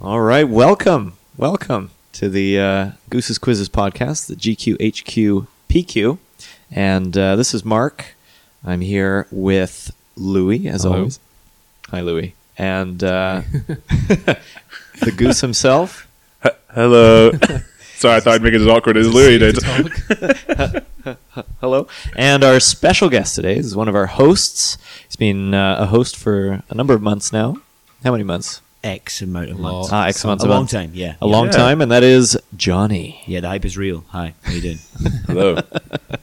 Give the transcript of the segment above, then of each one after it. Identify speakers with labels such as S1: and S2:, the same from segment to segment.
S1: All right, welcome, welcome to the uh, Goose's Quizzes podcast, the GQHQ PQ, and uh, this is Mark. I'm here with Louis, as
S2: Hello.
S1: always. Hi, Louis, and uh, the Goose himself.
S3: Hello. Sorry, I thought I'd make it as awkward as Louis did.
S1: Hello. And our special guest today is one of our hosts. He's been uh, a host for a number of months now. How many months?
S4: X amount of
S2: Lot.
S4: months.
S1: Ah, X months.
S4: a
S1: of
S4: long
S1: months.
S4: time, yeah.
S1: A long
S3: Yeah.
S1: time, and that is Johnny.
S4: Yeah, the hype is real. Hi, how you doing?
S3: Hello.
S2: You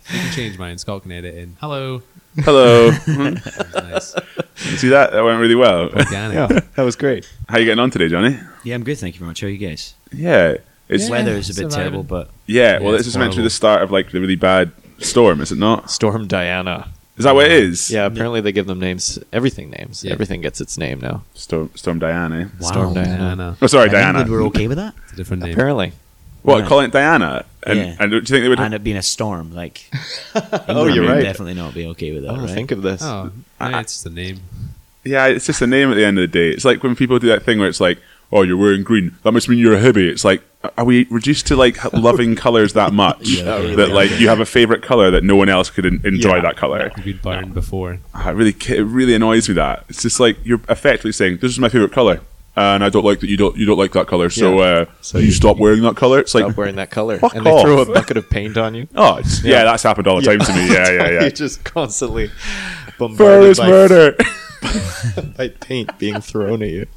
S2: can change mine. Scott can edit in. Hello.
S3: Hello.
S2: That was nice.
S3: See that? That went really well.
S2: Organic.
S1: that was great.
S3: How you getting on today, Johnny?
S4: yeah, I'm good, thank you very much. How are you guys?
S3: Yeah. It's
S4: The
S2: Yeah,
S3: yeah.
S4: weather is a bit
S2: surviving.
S4: terrible, but
S3: well,
S2: Yeah,
S3: this
S2: it's
S3: is meant to be
S2: horrible.
S3: the start of like the really bad storm, is it not?
S1: Storm Diana.
S3: Is that what it is?
S1: Yeah, apparently they give them names. Everything names.
S2: Yeah.
S1: Everything gets its name now.
S3: Storm, storm Diana. eh?
S4: wow.
S1: Storm Diana.
S2: Diana.
S3: Oh, sorry,
S4: And
S3: Diana.
S4: England were okay with that.
S2: It's a different name.
S1: Apparently.
S3: What?
S4: Right.
S3: Calling it Diana? And,
S4: Yeah.
S3: and do you think they would?
S4: And it being a storm, like
S1: Oh,
S4: England
S1: you're
S4: would
S1: right.
S4: Definitely not be okay with that.
S1: Oh,
S4: right?
S1: think of this.
S2: Oh, yeah, it's just a name.
S3: yeah, it's just a name at the end of the day. It's like when people do that thing where it's like, "Oh, you're wearing green. That must mean you're a hippie." It's like, are we reduced to like h- loving colors that much
S4: Yeah,
S3: that
S4: really
S3: like you have a favorite color that no one else could en- enjoy
S1: Yeah.
S3: that color?
S2: You've been burned before.
S3: Ah, it really ki- it really annoys me that it's just like you're effectively saying this is my favorite color and I don't like that you don't you don't like that color so
S1: Yeah.
S3: uh, you stop wearing that color it's
S1: Stop
S3: like
S1: wearing that color.
S3: Fuck
S1: and they throw a
S3: off.
S1: bucket of paint on you.
S3: oh it's, yeah.
S1: Yeah.
S3: that's happened all the time to me yeah yeah yeah
S1: You're just constantly bombarded
S3: Ferris
S1: by,
S3: murder
S1: by paint being thrown at you.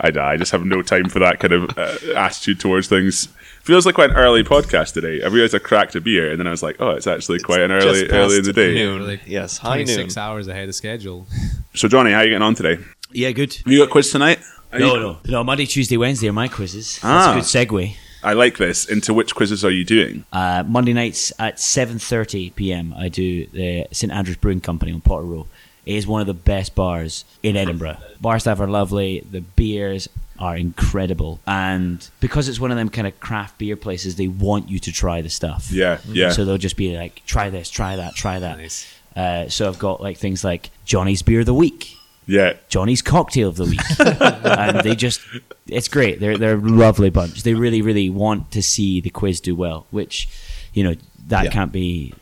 S3: I, die. I just have no time for that kind of uh, attitude towards things feels like quite an early podcast today I realized I cracked a beer and then I was like oh it's actually quite an early
S1: Just past
S3: early in the day
S1: Noon.
S2: Like
S1: yes, high noon.
S2: 26 hours ahead of schedule.
S3: so Johnny how are you getting on today have
S4: Yeah, good.
S3: you got a quiz tonight Are
S4: No,
S3: you-
S4: no, no. Monday, Tuesday, Wednesday are my quizzes.
S3: Ah.
S4: That's a good segue.
S3: I like this into which quizzes are you doing
S4: Uh, Monday nights at 7:30 p.m. I do the St Andrew's Brewing Company on Potter Row. It is one of the best bars in Edinburgh. Bar staff are lovely. The beers are incredible, and because it's one of them kind of craft beer places, they want you to try the stuff.
S3: yeah yeah
S4: So they'll just be like, try this, try that, try that.
S2: Nice.
S4: Uh, so I've got like things like Johnny's beer of the week,
S3: yeah
S4: Johnny's cocktail of the week, and they just—it's great. They're they're a lovely bunch. They really really want to see the quiz do well, which you know that
S1: Yeah.
S4: can't be.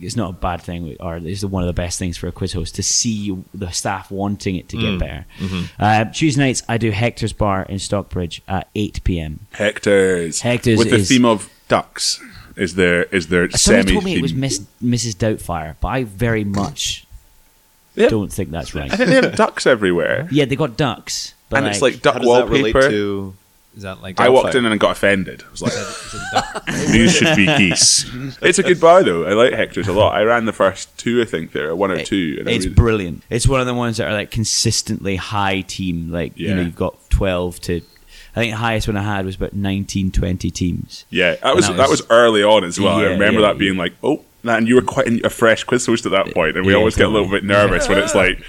S4: It's not a bad thing, or it's one of the best things for a quiz host to see the staff wanting it to get
S3: Mm.
S4: better.
S3: Mm-hmm.
S4: Uh, Tuesday nights, I do Hector's Bar in Stockbridge at eight p.m.
S3: Hector's.
S4: Hector's
S3: with the
S4: is-
S3: theme of ducks. Is there is there
S4: Someone
S3: semi
S4: told me it was
S3: theme?
S4: Miss, Mrs. Doubtfire, but I very much
S3: Yeah.
S4: don't think that's right.
S3: I think they have ducks everywhere,
S4: Yeah, they got ducks, but
S3: and
S4: like,
S3: it's like
S1: How
S3: duck
S1: does that relate
S3: wallpaper.
S1: to
S2: Is that like.
S3: I walked
S1: Doubtfire.
S3: in and I got offended. I was like,
S2: Is it duck?
S3: "These should be geese." It's a good bar though. I like Hector's a lot. I ran the first two, I think, there one or
S4: it-
S3: two. And I
S4: it's
S3: really-
S4: brilliant. It's one of the ones that are like consistently high team. Like you know,
S3: Yeah.
S4: you've got twelve to. I think the highest one I had was about 19, 20 teams.
S3: yeah, that was
S2: that
S3: that
S2: was-
S3: was early on as well.
S4: Yeah,
S3: I remember
S4: yeah,
S3: that being like, "Oh." And you were quite a fresh quiz host at that point, and we
S4: Yeah,
S3: always get a little
S4: totally.
S3: bit nervous when it's like,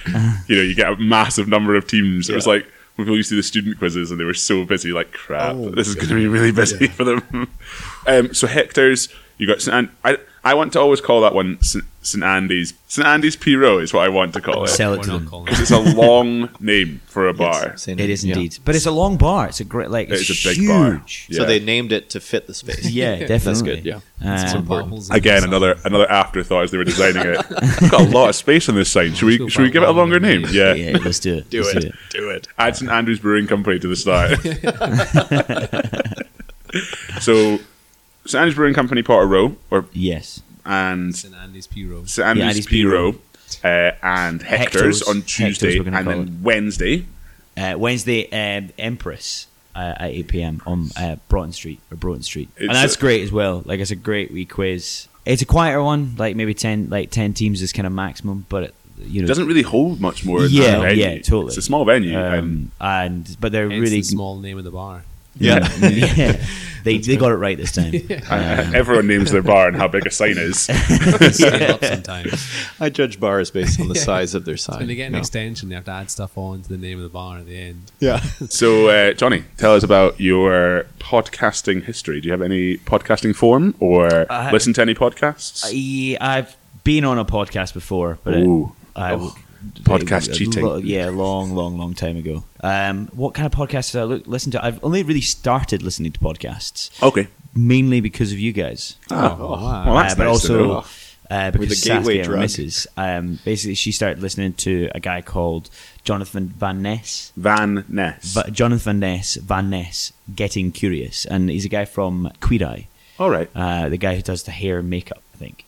S3: you know, you get a massive number of teams. It was like when people used to do the student quizzes, and they were so busy, like crap,
S4: Oh,
S3: this is going to be really busy for them. um, so Hector's, you got St. And I, I want to always call that one St. St. Andy's. St. Andy's P Row is what I want to call it.
S4: Sell it
S2: We're
S4: to
S2: not
S4: them.
S2: calling
S3: It's
S2: it.
S3: a long name for a bar.
S1: Saint-
S4: It is
S1: yeah.
S4: indeed, but it's a long bar. It's a great like.
S3: It
S4: It's,
S3: is a big
S4: huge.
S3: bar. Yeah.
S1: So they named it to fit the space.
S4: Yeah, definitely.
S1: That's good. Yeah.
S4: Um,
S2: Bubbles in the
S3: Again,
S2: sun.
S3: another another afterthought as they were designing it. We've got a lot of space on this sign. Should we
S2: Let's go
S3: should we
S2: back
S3: give it a
S2: one
S3: longer
S2: more
S3: name?
S2: name.
S3: Yeah.
S4: yeah, let's do it.
S1: Do
S4: let's
S1: it. Do it.
S3: Add St Andrews Brewing Company to the start. so, St Andrews Brewing Company, Potter Row, or
S4: Yes,
S3: and
S2: It's an Andy's P Row.
S3: St Andrews,
S4: Yeah, Andy's
S3: P
S4: P.
S3: Row, uh, and Hector's,
S4: Hector's.
S3: on
S4: Hector's,
S3: Tuesday,
S4: we're gonna
S3: and
S4: call
S3: then Wednesday.
S4: uh, Wednesday, um, Empress uh, at eight pm on uh, Broughton Street or Broughton Street, and
S3: It's
S4: that's
S3: a-
S4: great as well. Like it's a great wee quiz. It's a quieter one, like maybe ten, like ten teams is kind of maximum, but it, you
S3: It
S4: know,
S3: doesn't really hold much more. than
S4: Yeah,
S3: that venue.
S4: yeah, totally.
S3: It's a small venue. and
S4: um, and but they're
S2: Hence
S4: really
S2: the small name of the bar.
S4: Yeah, yeah. they they got it right this time. um,
S3: and everyone names their bar and how big a sign is.
S2: Scale up sometimes.
S1: I judge bars based on the size of their sign.
S2: When they get an
S1: No.
S2: extension, they have to add stuff on to the name of the bar at the end.
S1: Yeah.
S3: So, uh, Johnny, tell us about your podcasting history. Do you have any podcasting form or
S4: I-
S3: listen to any podcasts?
S4: I, I've been on a podcast before, but it,
S3: Ooh. Oh.
S4: I,
S3: Podcast
S4: a
S3: cheating.
S4: lo- yeah, long, long, long time ago. Um, what kind of podcasts did I look, listen to? I've only really started listening to podcasts
S3: Okay. Ah.
S4: mainly because of you guys.
S2: Oh,
S3: Well,
S2: wow.
S3: that's nice
S4: uh, but
S3: to
S4: also
S3: know.
S4: uh, because
S1: With the gateway
S4: Saskia,
S1: drug.
S4: my missus, um, basically she started listening to a guy called Jonathan Van Ness.
S3: Van Ness.
S4: Va- Jonathan Van Ness, Van Ness, Getting Curious, and he's a guy from Queer Eye,
S3: All right.
S4: uh, the guy who does the hair and makeup, I think.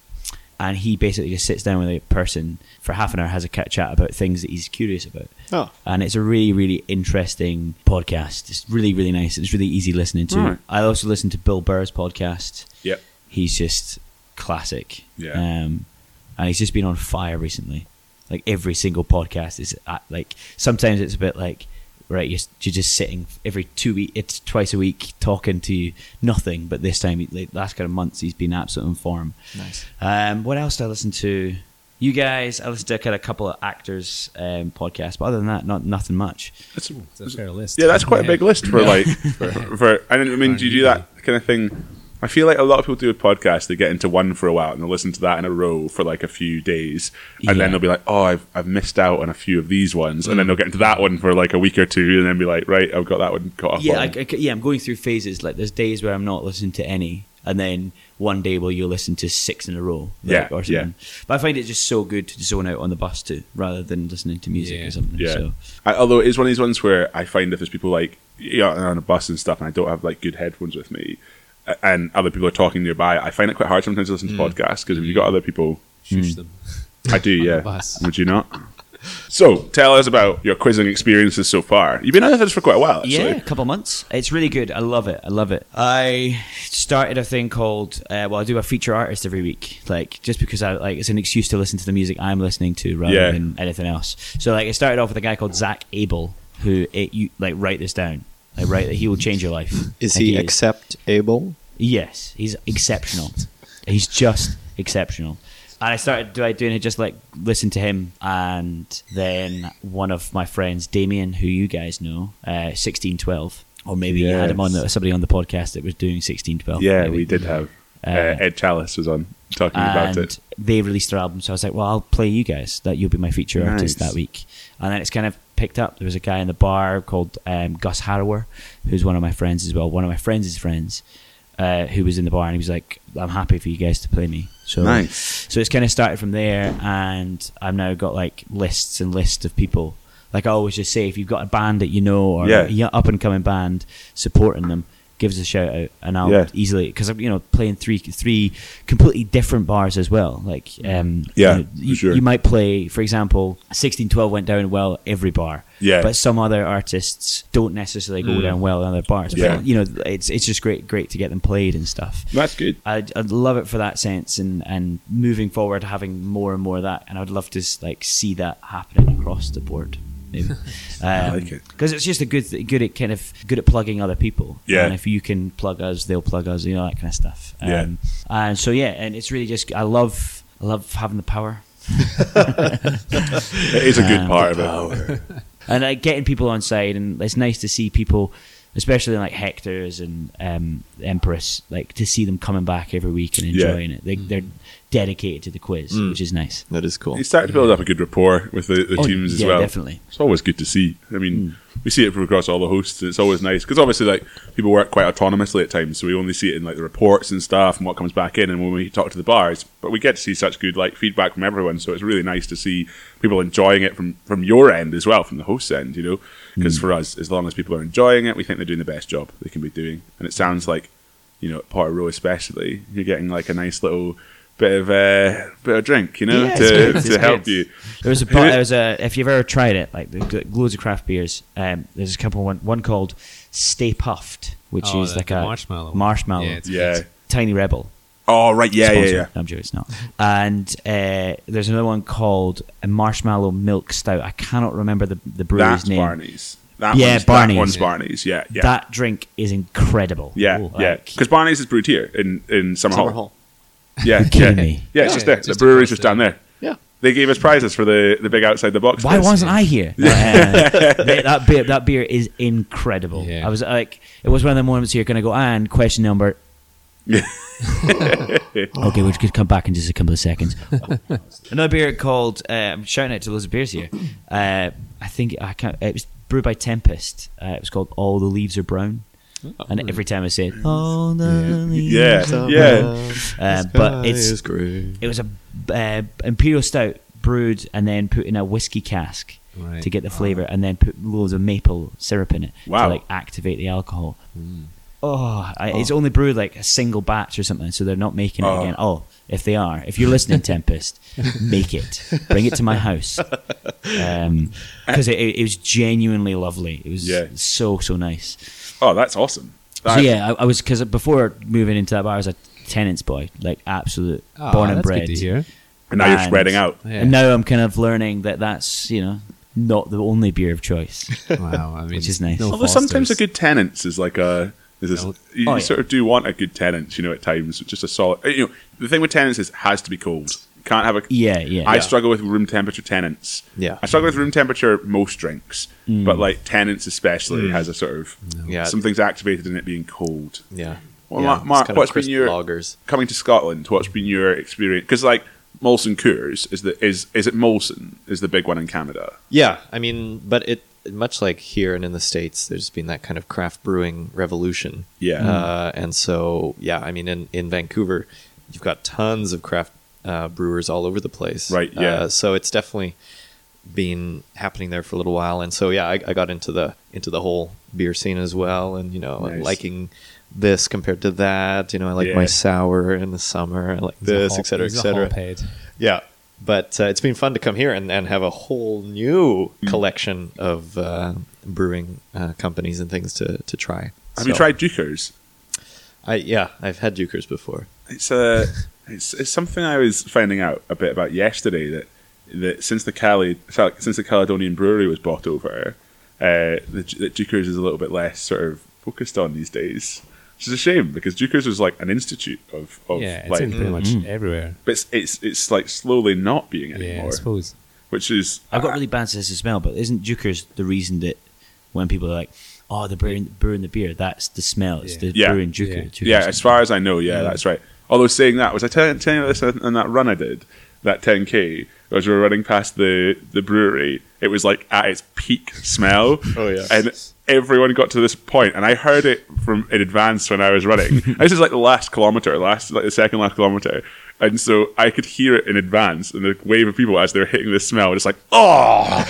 S4: And he basically just sits down with a person for half an hour, has a cat chat about things that he's curious about.
S1: Oh.
S4: And it's a really, really interesting podcast. It's really, really nice. It's really easy listening to.
S3: Alright.
S4: I also listen to Bill Burr's podcast
S3: Yep.
S4: he's just classic.
S3: Yeah.
S4: Um, and he's just been on fire recently. Like every single podcast is at, like sometimes it's a bit like right you're, you're just sitting every two week it's twice a week talking to nothing but this time like, last kind of months he's been absolute in form.
S1: Nice.
S4: Um, what else do I listen to? You guys, I listened to kind of a couple of actors um, podcasts, but other than that, not nothing much.
S3: That's a-
S2: It's a fair list.
S3: yeah, that's quite a
S2: Yeah.
S3: big list for
S2: Yeah.
S3: like for, for I don't- I mean, do you do that kind of thing? I feel like a lot of people do a podcast. They get into one for a while and they'll listen to that in a row for like a few days, and
S4: Yeah. Mm.
S3: then they'll be like, "Oh, I've, I've missed out on a few of these ones," and then they'll get into that one for like a week or two, and then be like, "Right, I've got that one caught up."
S4: yeah,
S3: on."
S4: I, I- yeah, I'm going through phases. Like there's days where I'm not listening to any, and then one day where you listen to six in a row.
S3: Yeah,
S4: like, or something.
S3: yeah.
S4: But I find it just so good to zone out on the bus too, rather than listening to music
S2: Yeah.
S4: or something.
S3: Yeah.
S4: So
S3: I, although it is one of these ones where I find if there's people like you know, on a bus and stuff, and I don't have like good headphones with me, a- and other people are talking nearby, I find it quite hard sometimes to listen to podcasts because if you've got other people, Hmm.
S2: Shush them.
S3: I do,
S2: the
S3: yeah.
S2: bus.
S3: Would you not? So tell us about your quizzing experiences so far. You've been at this for quite a while, actually.
S4: yeah, a couple of months. It's really good. I love it. I love it. I started a thing called uh, well, I do a feature artist every week, like just because I like it's an excuse to listen to the music I'm listening to rather
S3: Yeah.
S4: than anything else. So like it started off with a guy called Zach Abel, who it, you like write this down. Like write that he will change your life.
S1: Is
S4: Like,
S1: he accept able?
S4: Yes, he's exceptional. he's just exceptional. And I started do- doing it just like listen to him, and then one of my friends, Damien, who you guys know, uh, sixteen twelve, or maybe you had him on the,
S3: Yes.
S4: somebody on the podcast that was doing sixteen twelve.
S3: Yeah, we did have. Uh,
S4: Uh,
S3: Ed Chalice was on talking about
S4: And
S3: it.
S4: they released their album, so I was like, "Well, I'll play you guys. That you'll be my feature artist
S3: Nice.
S4: that week." And then it's kind of picked up. There was a guy in the bar called um, Gus Harrower, who's one of my friends as well. One of my friends' friends, uh, who was in the bar, and he was like, "I'm happy for you guys to play me." So
S3: Nice.
S4: So it's kind of started from there, and I've now got like lists and lists of people. Like I always just say, if you've got a band that you know or
S3: Yeah.
S4: a up and coming band, supporting them, give us a shout out, and I'll
S3: Yeah.
S4: easily because I'm you know playing three three completely different bars as well. Like um,
S3: Yeah,
S4: you, know, you-
S3: for sure.
S4: you might play, for example, sixteen twelve went down well every bar.
S3: Yeah.
S4: but some other artists don't necessarily go down well in other bars.
S3: Yeah.
S4: But, you know, it's it's just great great to get them played and stuff.
S3: That's good.
S4: I'd, I'd love it for that sense and, and moving forward having more and more of that and I'd love to s- like see that happening across the board maybe I
S3: like it.
S4: because it's just a good th- good at kind of good at plugging other people
S3: Yeah.
S4: and if you can plug us they'll plug us you know that kind of stuff Um,
S3: Yeah.
S4: and so yeah and it's really just I love I love having the power
S3: It is a good
S4: Um,
S3: part of it.
S4: and like getting people on side and it's nice to see people especially like hectors and um, empress like to see them coming back every week and
S3: Yeah. Mm.
S4: enjoying it they, they're dedicated to the quiz which is nice
S1: That is cool.
S3: You start to build up a good rapport with the, the
S4: Oh,
S3: teams as
S4: yeah,
S3: well.
S4: definitely. Hmm.
S3: It's always good to see. I mean, we see it from across all the hosts, and it's always nice because obviously, like people work quite autonomously at times, so we only see it in like the reports and stuff and what comes back in, and when we talk to the bars. But we get to see such good like feedback from everyone, so it's really nice to see people enjoying it from from your end as well, from the host's end, you know.
S4: Hmm.
S3: Because for us, as long as people are enjoying it, we think they're doing the best job they can be doing, and it sounds like you know, at Porter Row especially, you're getting like a nice little bit of uh, bit of drink, you know,
S4: Yeah, it's
S3: to,
S4: good, it's
S3: to help
S4: good.
S3: you.
S4: There was a bar, there was a if you've ever tried it, like there's got loads of craft beers. Um, there's a couple one one called Stay Puffed, which
S2: Oh,
S4: is
S2: the-
S4: like
S2: the
S4: a
S2: marshmallow one.
S4: marshmallow.
S2: Yeah, it's-
S3: Yeah.
S4: Tiny Rebel.
S3: Oh right, yeah, yeah,
S4: sponsor.
S3: yeah.
S4: No, I'm joking, it's not. And uh, there's another one called a Marshmallow Milk Stout. I cannot remember the the brewery's
S3: That's
S4: name.
S3: Barney's. That
S4: Yeah,
S3: one's,
S4: Barney's.
S3: That one's Barney's. Yeah, yeah,
S4: That drink is incredible.
S3: yeah,
S4: Ooh,
S3: yeah.
S4: like,
S3: Because Barney's is brewed here in in Summerhall.
S1: Summer Hall.
S3: Yeah, yeah,
S4: kidding me?
S3: yeah. It's
S2: Yeah,
S3: just there.
S2: it's
S3: the
S2: just across
S3: brewery's just
S2: there.
S3: down there.
S1: Yeah.
S3: They gave us prizes for the the big outside the box.
S4: Why
S3: quiz.
S4: wasn't I here? Uh, that, that beer, that beer is incredible. uh,
S2: Yeah.
S4: I was like, it was one of the moments you're going to go and question number Okay, we could come back in just a couple of seconds. Another beer called uh, I'm shouting out to loads of beers here. Uh, I think I can't, it was brewed by Tempest. Uh, it was called All the Leaves Are Brown. And every time I say it, all the leaves
S1: uh,
S3: Yeah,
S4: are brown,"
S3: yeah.
S4: um, but it's it was a uh, imperial stout brewed and then put in a whiskey cask
S2: Right. Ah.
S4: to get the flavor, and then put loads of maple syrup in it
S3: Wow.
S4: to like activate the alcohol.
S2: Hmm.
S4: Oh, I, it's only brewed like a single batch or something, so they're not making it
S3: Oh.
S4: again. Oh, if they are, if you're listening, Tempest, make it, bring it to my house, because it, it, it was genuinely lovely. It was
S3: Yeah.
S4: so so nice.
S3: Oh, that's awesome.
S4: so
S3: That-
S4: yeah, I, I was because before moving into that bar, I was a tenants boy, like absolute
S2: Ah,
S4: born and
S2: that's
S4: bred.
S2: Good to hear.
S3: And now you're
S4: And-
S3: spreading out.
S2: Yeah.
S4: And now I'm kind of learning that that's, you know, not the only beer of choice.
S2: Wow, I mean,
S4: Which is nice.
S2: No
S3: Although sometimes a
S2: Fosters.
S3: good tenants is like a is this,
S2: Oh,
S3: you
S4: yeah.
S3: sort of do want a good tenants, you know, at times. Just a solid. You know, the thing with tenants is it has to be cold. You can't have a.
S4: Yeah, yeah.
S3: I
S4: Yeah.
S3: struggle with room temperature tenants.
S1: Yeah.
S3: I struggle with room temperature most drinks,
S4: Mm.
S3: but like tenants especially has a sort of
S1: Mm. Yeah.
S3: something's activated in it being cold.
S1: Yeah.
S3: Well,
S1: yeah.
S3: Mark-
S1: it's
S3: Mark,
S1: kind of
S3: what's been
S1: crisp
S3: your-
S1: lagers?
S3: Coming to Scotland, what's been your experience? Because like Molson Coors is the is is it Molson is the big one in Canada.
S1: Yeah, I mean, but it much like here and in the states, there's been that kind of craft brewing revolution.
S3: Yeah.
S1: uh, and so yeah, I mean, in in Vancouver, you've got tons of craft uh, brewers all over the place.
S3: Right, yeah.
S1: Uh, so it's definitely been happening there for a little while, and so yeah, I, I got into the into the whole beer scene as well, and you know,
S3: Nice.
S1: liking this compared to that. You know, I like
S3: Yeah.
S1: my sour in the summer. I like
S2: He's a
S1: this,
S2: hop-
S1: et cetera, et
S2: he's a
S1: cetera.
S2: hophead.
S1: Yeah. But uh, it's been fun to come here and, and have a whole new collection of uh, brewing uh, companies and things to, to try.
S3: Have
S1: So-
S3: you tried Dukers?
S1: I, yeah, I've had Dukers before.
S3: It's a it's, it's something I was finding out a bit about yesterday that that since the Cali sorry, since the Caledonian Brewery was bought over, uh, the, that Dukers is a little bit less sort of focused on these days, which is a shame because Dukers was like an institute of, of
S2: Yeah, it's
S3: like, mm-hmm.
S2: in pretty much
S4: Mm.
S2: everywhere.
S3: but it's, it's it's like slowly not being
S2: Yeah,
S3: anymore,
S2: I suppose.
S3: which is
S4: I've got really bad sense of smell, but isn't Juker's the reason that when people are like, oh, they're brewing, brewing the beer, that's the smell. It's the
S3: Yeah.
S4: brewing Juker.
S2: Yeah.
S4: Juker's
S3: Yeah, as far as I know, yeah, that's right. Although saying that, was I telling, telling you this on on that run I did, that 10k, as we were running past the the brewery, it was like at its peak smell.
S1: Oh, yeah.
S3: and everyone got to this point, and I heard it from in advance when I was running. this is like the last kilometer, last like the second last kilometer, and so I could hear it in advance, and the wave of people as they were hitting this smell, just like oh,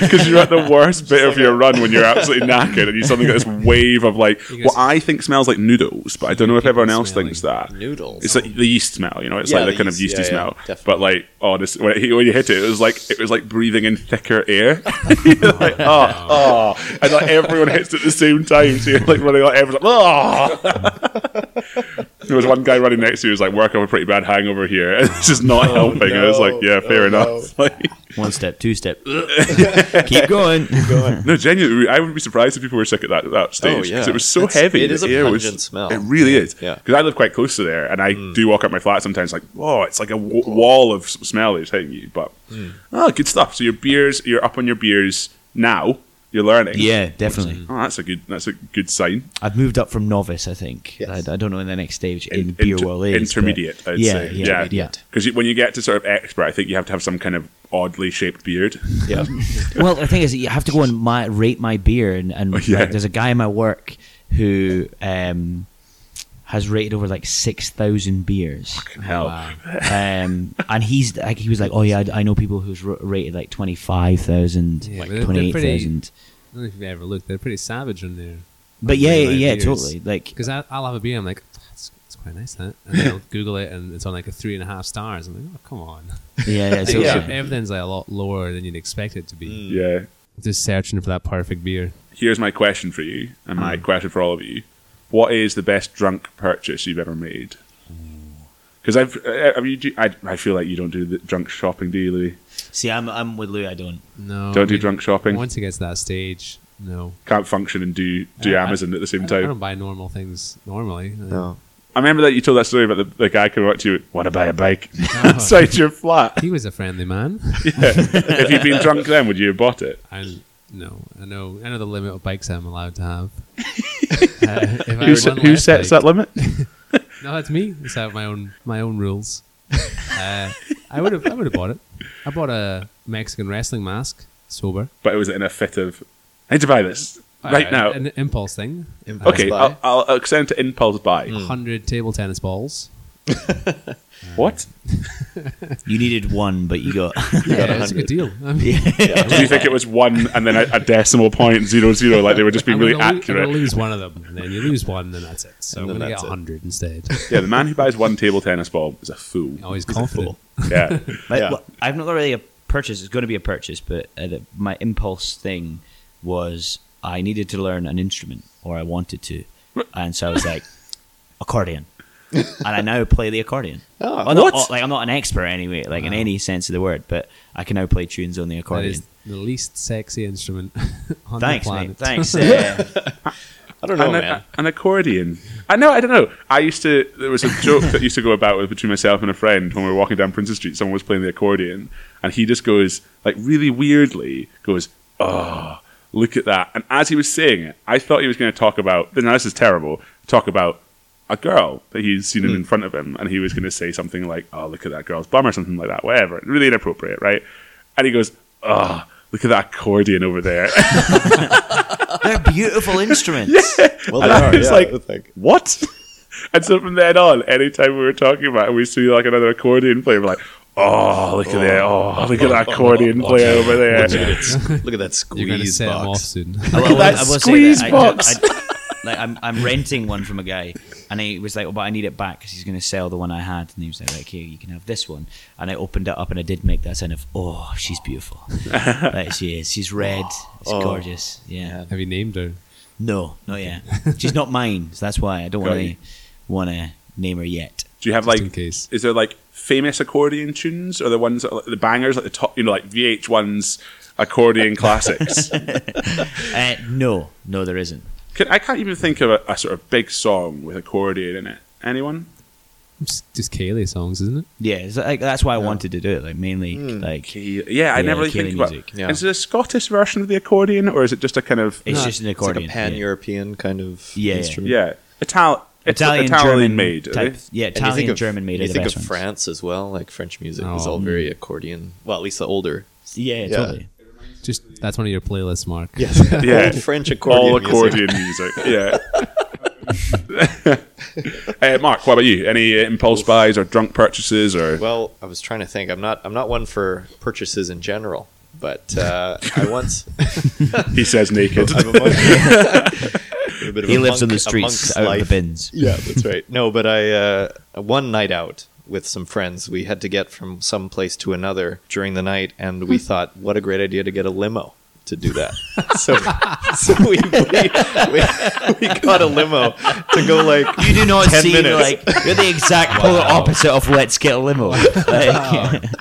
S3: because you're at the worst bit of your run when you're absolutely knackered, and you suddenly get this wave of like
S2: You
S3: what
S2: guys-
S3: I think smells like noodles, but I don't know if
S2: People
S3: everyone else
S2: smelling
S3: thinks that.
S1: Noodles.
S3: It's like the yeast smell, you know. It's
S1: Yeah,
S3: like the,
S1: the
S3: kind of
S1: yeast.
S3: yeasty
S1: Yeah, yeah,
S3: smell,
S1: definitely.
S3: but like honestly, when, it, when you hit it, it was like it was like breathing in thicker air. You're like oh, oh, and like everyone hits it at the same time, so you're like running like everyone's like oh. there was one guy running next to you who was like, "Work up a pretty bad hangover here," and it's just
S1: Oh,
S3: not helping. and it's like, yeah, fair enough. Like,
S4: One step, two step. Keep going.
S3: No, genuinely, I wouldn't be surprised if people were sick at that, that stage because
S1: Oh, yeah.
S3: it was so
S1: It's-
S3: heavy.
S1: it is
S3: the
S1: a
S3: air was-
S1: pungent smell.
S3: It really is.
S1: Yeah. Hmm.
S3: Because I live quite close to there, and I do walk up my flat sometimes. Like, oh, it's like a w- wall of s- smell that's hitting you. But
S1: Hmm.
S3: oh, good stuff. So your beers, you're up on your beers now. You're learning.
S4: yeah, definitely.
S3: Oh, that's a good. That's a good sign.
S4: I've moved up from novice, I think.
S1: Yes.
S4: I, I don't know in the next stage in,
S3: In-
S4: beer
S3: inter-
S4: world is. but-
S3: intermediate. I'd
S4: yeah,
S3: say.
S4: Yeah,
S3: yeah,
S4: yeah.
S3: Because when you get to sort of expert, I think you have to have some kind of oddly shaped beard.
S1: Yeah.
S4: well, the thing is, you have to go and my, rate my beer, and, and like,
S3: yeah.
S4: there's a guy in my work who um, has rated over like six thousand beers,
S3: Hell.
S2: Wow.
S4: um, and he's like, he was like, oh yeah, I, I know people who's r- rated like twenty five thousand,
S2: Yeah, but
S4: like
S2: they're- they're
S4: twenty eight
S2: pretty-
S4: thousand.
S2: I don't know if you've ever looked. They're pretty savage on there.
S4: But yeah, yeah, totally. Like,
S2: Because I'll have a beer. I'm like, that's, that's quite nice. That. And then I'll Google it, and it's on like a three and a half stars. I'm like, oh come on.
S4: yeah, yeah,
S2: Like,
S4: totally.
S1: yeah.
S2: Everything's like a lot lower than you'd expect it to be.
S3: Yeah.
S2: Just searching for that perfect beer.
S3: here's my question for you, and
S2: Hmm.
S3: my question for all of you: What is the best drunk purchase you've ever made? Because I've, uh, have you, do, I, I feel like you don't do the drunk shopping, do you, Louis?
S4: See, I'm I'm with Lou. I don't.
S2: No.
S3: don't
S2: I
S3: do
S2: mean,
S3: drunk shopping.
S2: Once it gets to that stage, no.
S3: Can't function and do do
S2: I- I-
S3: Amazon at the
S2: I,
S3: same
S2: I
S3: time.
S2: don't buy normal things normally.
S1: No.
S3: I remember that you told that story about the, the guy coming up to you, want to buy a bike outside your flat.
S2: He was a friendly man.
S3: if you'd been drunk then, would you have bought it?
S2: I no, I know, I know the limit of bikes I'm allowed to have. Uh, if I
S5: Who,
S2: had
S5: se-
S2: one
S5: who
S2: less
S5: sets
S2: night-
S5: that limit?
S2: No, that's me. It's out my own my own rules. uh, I would have I would have bought it. I bought a Mexican wrestling mask sober
S3: But it was in a fit of, I need to buy this right
S2: Uh,
S3: now.
S2: An impulse thing.
S1: Impulse
S3: Okay,
S1: buy.
S3: I'll, I'll extend to impulse buy.
S2: Hundred table tennis balls.
S3: What?
S4: You needed one, but you got.
S2: Yeah, it's a good deal. I mean,
S3: Do you think it was one and then a, a decimal point zero zero? Like they were just being
S2: I'm
S3: really
S2: gonna lo- I'm
S3: accurate.
S2: gonna lose one of them, and then you lose one, then that's it.
S1: And
S2: So I'm
S1: then
S2: gonna
S1: that's
S2: get
S1: it.
S2: hundred instead.
S3: Yeah, the man who buys one table tennis ball is a fool.
S2: Always confident.
S3: Yeah.
S4: Like,
S1: Yeah.
S4: well, I've not got really a purchase. It's going to be a purchase, but uh, the, my impulse thing was I needed to learn an instrument, or I wanted to, and so I was like, accordion, and I now play the accordion.
S1: Oh,
S4: I'm not-
S1: what?
S4: like I'm not an expert anyway, like in
S2: Wow.
S4: any sense of the word, but I can now play tunes on the
S2: That
S4: accordion.
S2: is the least sexy instrument on
S4: Thanks,
S2: the planet.
S4: mate. Thanks. Uh,
S1: I don't know,
S3: an,
S1: man.
S3: an accordion. I know. I don't know. I used to. There was a joke that used to go about with between myself and a friend when we were walking down Princess Street. Someone was playing the accordion, and he just goes like really weirdly goes, "Oh, look at that!" And as he was saying it, I thought he was going to talk about. Now this is terrible. Talk about a girl that he'd seen
S1: Hmm.
S3: in front of him, and he was going to say something like, "Oh, look at that girl's bum" or something like that. Whatever. Really inappropriate, right? And he goes, "Oh, look at that accordion over there."
S4: they're beautiful instruments.
S1: Well,
S3: And
S1: they
S3: I
S1: are,
S3: was
S1: yeah,
S3: like,
S1: I think.
S3: what? and so from then on, anytime we were talking about it, we see like another accordion player, we're like, oh, look at that. Oh, look at that accordion player over there.
S1: Look at it squ- Look at that
S2: You're gonna
S1: squeeze
S2: set them off
S1: box.
S2: soon.
S4: I will-
S3: that
S4: I will say
S3: squeeze
S4: I do-
S3: box.
S4: I- like I'm, I'm renting one from a guy, and he was like, "Oh, but I need it back because he's going to sell the one I had." And he was like, "Like here, you can have this one." And I opened it up, and I did make that sound of, "Oh, she's beautiful. like she is. She's red. It's
S1: Oh.
S4: gorgeous. Yeah.
S2: Have you named her?
S4: No, not yet. She's not mine. So that's why I don't
S3: Got
S4: want
S3: you.
S4: to want to name her yet.
S3: Do you have
S2: Just
S3: like,
S2: in case.
S3: is there like famous accordion tunes or the ones that are, like, the bangers, like the top, you know, like VH1's accordion classics?
S4: Uh, no, no, there isn't.
S3: Can, I can't even think of a, a sort of big song with accordion in it. Anyone?
S2: Just, just Kaylee songs, isn't it?
S4: Yeah, it's like, that's why I wanted to do it. Like mainly,
S3: Hmm.
S4: like
S3: Key- Yeah, I
S4: Yeah,
S3: never really
S4: Keelan
S3: think about
S4: music,
S1: yeah.
S3: Is it a Scottish version of the accordion or is it just a kind of.
S4: it's
S2: No,
S4: just an
S1: It's like
S4: accordion.
S1: a
S4: yeah.
S1: pan-European kind of
S4: Yeah, yeah.
S1: instrument.
S3: Yeah. Italian.
S4: Italian,
S3: Italian
S4: German
S3: made. are
S4: type-
S3: they?
S4: yeah,
S1: And you
S4: Italian,
S1: think of,
S4: German made.
S1: You
S4: are the
S1: think
S4: best
S1: of
S4: ones. mm.
S1: France as well. Like French music is
S2: Oh.
S1: all very accordion. Well, at least the older.
S4: Yeah,
S1: Yeah.
S4: totally.
S2: Just that's one of your playlists, Mark.
S1: Yes.
S3: Yeah.
S1: Old French accordion.
S3: all
S1: music.
S3: accordion music. Yeah. uh, Mark, what about you? Any uh, impulse buys or drunk purchases or?
S1: Well, I was trying to think. I'm not. I'm not one for purchases in general. But uh, I once.
S3: He says naked.
S1: I'm a monk. A bit of
S4: He
S1: a
S4: lives on
S1: monk-
S4: the
S1: a
S4: streets
S1: monk's
S4: out of
S1: life.
S4: the bins.
S1: Yeah, that's right. No, but I uh, one night out with some friends, we had to get from some place to another during the night, and
S4: Hmm.
S1: we thought, what a great idea to get a limo to do that. so, so we, we, we, we got a limo to go like
S4: You do not
S1: 10
S4: seem
S1: minutes.
S4: like you're the exact polar opposite of let's get a limo. Like,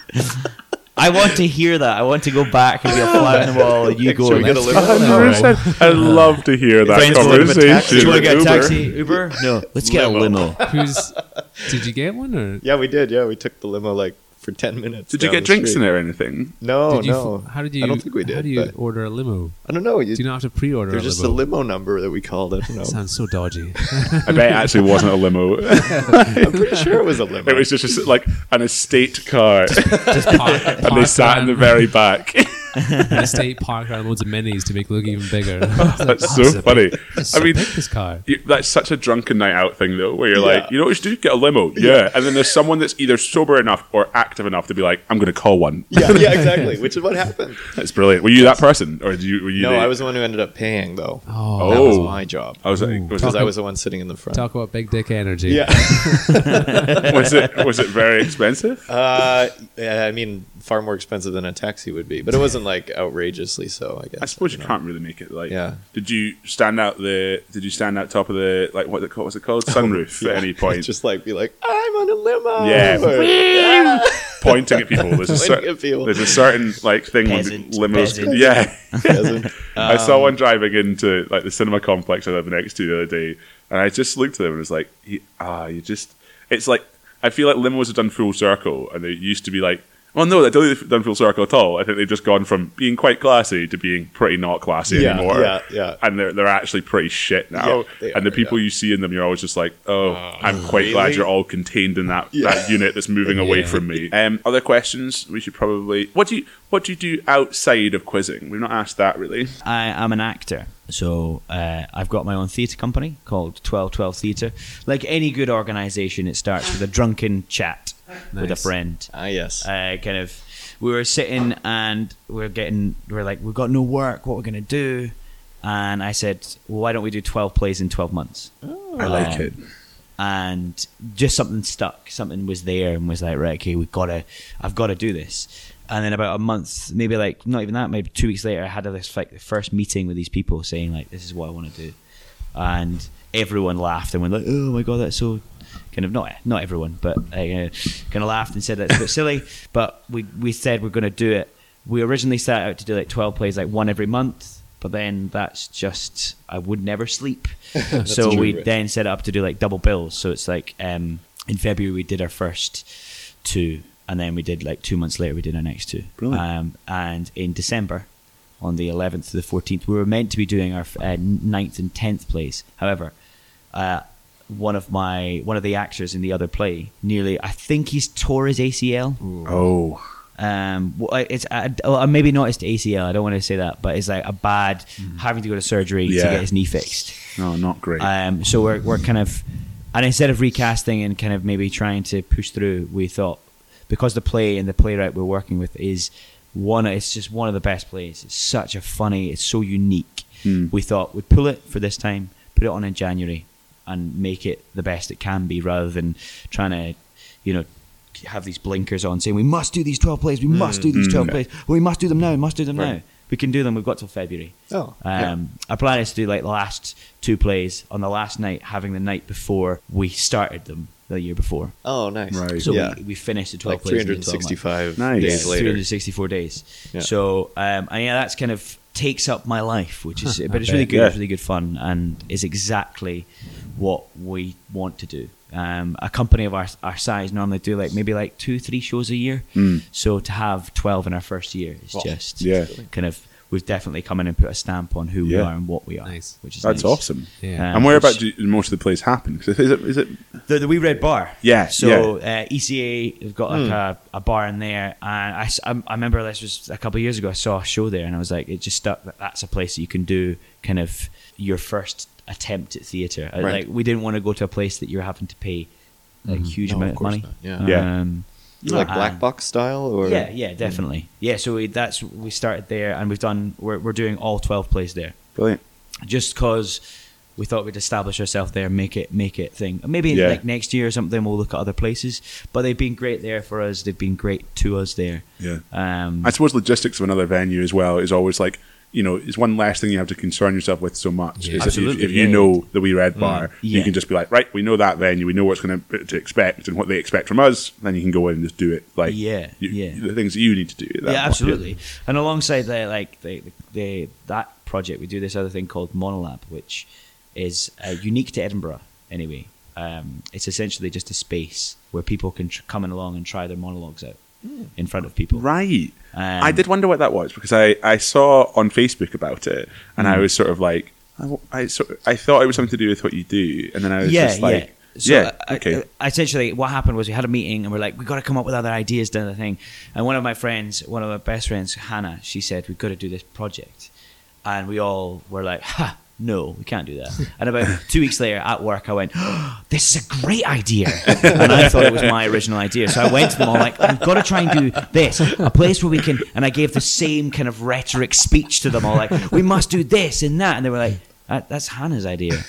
S4: I want to hear that. I want to go back and be a fly on the wall. and You go.
S1: Should we get a
S4: let's-
S1: limo?
S3: A hundred percent. I'd love to hear that
S1: Friends going to a taxi.
S3: conversation.
S4: Do you want to get a
S3: with Uber.
S4: taxi? Uber? No. Let's get a limo.
S2: Who's? Did you get one or?
S1: Yeah, we did. Yeah, we took the limo like for ten minutes.
S3: Did you
S1: down
S3: get
S1: the
S3: drinks
S1: street.
S3: in it or anything?
S1: No,
S2: did you,
S1: Oh, no.
S2: How did you?
S1: I don't think we did.
S2: How do you
S1: but-
S2: order a limo?
S1: I don't know. You,
S2: Do you not have to pre-order?
S1: there's
S2: a
S1: just a
S2: limo?
S1: limo number that we called. I don't know.
S2: Sounds so dodgy.
S3: I bet it actually wasn't a limo. it
S1: I'm pretty sure it was a limo.
S3: was just a s- like an estate car,
S2: Just park,
S3: and they sat in the very back.
S2: an estate park around loads of minis to make it look even bigger.
S3: That's so funny. I
S2: I
S3: mean,
S2: mean, this car.
S3: You, that's such a drunken night out thing, though, where you're
S1: Yeah.
S3: like, you know what you should do? Get a limo. Yeah. And then there's someone that's either sober enough or active enough to be like, I'm going to call one.
S1: yeah, yeah, exactly. Which is what happened.
S3: That's brilliant. Were you that person? Or did you, were you
S1: No,
S3: the-
S1: I was the one who ended up paying though.
S2: Oh,
S1: That was
S3: Oh.
S1: my job
S3: I was, like, was,
S1: because
S3: it,
S1: I was the one sitting in the front.
S2: talk about big dick energy.
S1: Yeah,
S3: was it was it very expensive?
S1: uh, yeah, I mean, far more expensive than a taxi would be, but it wasn't like outrageously so. I guess.
S3: I suppose you
S1: don't
S3: can't really make it. Like,
S1: Yeah.
S3: did you stand out the? Did you stand out top of the like what? What was it called? Sunroof
S1: know.
S3: at any point?
S1: Just like be like, I'm on a limo.
S3: Yeah.
S1: Or, "Ah."
S3: pointing at people. There's a
S1: Pointing
S3: certain
S1: at people.
S3: there's a certain like thing when
S4: Peasant,
S3: limos.
S4: peasant.
S3: Yeah.
S1: Peasant.
S3: I saw
S1: Um,
S3: one driving into like the cinema complex I live next to the other day, and I just looked at them and was like, "You- "Ah, you just." It's like I feel like limos have done full circle, and they used to be like Well, no, that doesn't done full circle at all. I think they've just gone from being quite classy to being pretty not classy
S1: Yeah,
S3: anymore.
S1: yeah, yeah.
S3: And they're, they're actually pretty shit now.
S1: Yeah, they
S3: and the
S1: are,
S3: people
S1: yeah. Uh,
S3: you see in them, you're always just like, oh, I'm quite glad
S1: really?
S3: you're all contained in that, that unit that's moving away
S2: Yeah.
S3: from me. Um, other questions we should probably. What do you What do you do outside of quizzing? We've not asked that really.
S4: I am an actor, so uh, I've got my own theatre company called Twelve Twelve Theatre. Like any good organisation, it starts with a drunken chat with a
S2: Nice.
S4: friend.
S1: Ah, yes.
S4: uh, kind of we were sitting and we are getting we are like we've got no work what we're gonna do and i said well, why don't we do 12 plays in 12 months
S3: I like it.
S4: and just something stuck something was there and was like right okay we gotta i've gotta do this and then about a month maybe like not even that maybe two weeks later i had this like the first meeting with these people saying like this is what i want to do and everyone laughed and went like oh my god that's so kind of not not everyone but uh, kind of laughed and said that's a bit silly but we we said we're going to do it we originally set out to do like 12 plays like one every month but then that's just i would never sleep so
S1: true,
S4: we
S1: Rich.
S4: then set up to do like double bills so it's like um in february we did our first two and then we did like two months later we did our next two
S3: Brilliant.
S4: um, and in december on the 11th to the 14th we were meant to be doing our uh, 9th and 10th plays however uh, one of my one of the actors in the other play nearly i think he's tore his acl
S3: Oh.
S4: um, well, I- it's I, oh, I maybe not it's the ACL. I don't want to say that, but it's like a bad having to go to surgery to
S3: Mm-hmm. Yeah.
S4: get his knee fixed.
S3: No, not great.
S4: Um, so we're we're kind of, and instead of recasting and kind of maybe trying to push through, we thought because the play and the playwright we're working with is one. It's just one of the best plays. It's such a funny. It's so unique. We thought we'd pull it for this time, put it on in January, and make it the best it can be, rather than trying to, you know. Have these blinkers on saying we must do these 12 plays, we must do these 12 plays, we must do them now, we must do them
S1: Right.
S4: now. We can do them, we've got till February.
S1: Oh, yeah.
S4: Um, Our plan is to do like the last two plays on the last night, having the night before we started them the year before.
S1: Oh, nice.
S3: Right.
S4: So
S1: yeah.
S4: we, we finished the 12
S1: like
S4: plays. in 12 months.
S1: 365
S3: Nice.
S1: days
S4: Yeah,
S1: later.
S4: 364 days.
S1: Yeah.
S4: So, um, and yeah, that's kind of takes up my life, which is, but it's
S2: bet.
S4: really good.
S3: Yeah.
S4: It's really good fun and is exactly what we want to do. Um, a company of our, our size normally do like maybe like two, three shows a year. So to have 12 in our first year is
S1: Wow.
S4: just
S3: Hmm. Oh, Yeah.
S4: kind of, we've definitely come in and put a stamp on who we
S3: Yeah.
S4: are and what we are.
S2: Nice.
S4: Which is
S3: That's
S4: nice.
S3: awesome.
S2: Yeah.
S4: Um,
S3: and where about
S4: which-
S3: do most of the plays happen? 'Cause Is it, is it
S4: The, the Wee Red Bar.
S3: Yeah, Hmm.
S4: So Uh, ECA have got like a, a bar in there, and I, s- I- I remember this was a couple of years ago. I saw a show there, and I was like, it just stuck. That that's a place that you can do kind of your first attempt at theatre. Uh,
S1: Right.
S4: Like we didn't want to go to a place that you're having to pay like huge
S1: No, of
S4: amount of
S1: course
S4: money.
S1: not. Yeah.
S3: Mm-hmm. Yeah.
S4: Um,
S1: You like black
S4: uh,
S1: box style, or
S4: yeah, yeah, definitely. Yeah, so we, that's we started there, and we've done. We're, we're doing all twelve plays there
S3: brilliant?
S4: just because we thought we'd establish ourselves there, make it make it thing. Maybe
S3: Yeah.
S4: like next year or something, we'll look at other places. But they've been great there for us. They've been great to us there.
S3: Yeah.
S4: Um,
S3: I suppose logistics of another venue as well is always like you know it's one less thing you have to concern yourself with so much.
S2: Yeah.
S3: Is that if,
S4: Absolutely,
S3: if you
S4: yeah. Mm,
S3: know the wee red bar,
S4: yeah.
S3: you can just be like, right, we know that venue, we know what's going to to expect and what they expect from us. Then you can go in and just do it. Like
S4: Yeah,
S3: you-
S4: yeah.
S3: the things that you need to do. at that
S4: yeah,
S3: point.
S4: absolutely. And alongside that, like the, the that project, we do this other thing called Monolab, which is uh, unique to Edinburgh. Anyway, um, it's essentially just a space where people can tr- come in along and try their monologues out in front of people.
S3: Hmm. Right.
S4: Um,
S3: I did wonder what that was because I, I saw on Facebook about it and
S4: Hmm.
S3: I was sort of like I, w- I sort of- I thought it was something to do with what you do and then I was just like
S4: So
S3: yeah
S4: I- uh,
S3: okay
S4: I, essentially, what happened was we had a meeting and we're like, we got to come up with other ideas, do the thing. And one of my friends, one of my best friends, Hannah, she said, we've got to do this project. And we all were like, ha, no, we can't do that. And about two weeks later at work, I went, "Oh, this is a great idea. And I thought it was my original idea. So I went to them all like, we've got to try and do this, a place where we can. And I gave the same kind of rhetoric speech to them all like, we must do this and that. And they were like, that, that's Hannah's idea.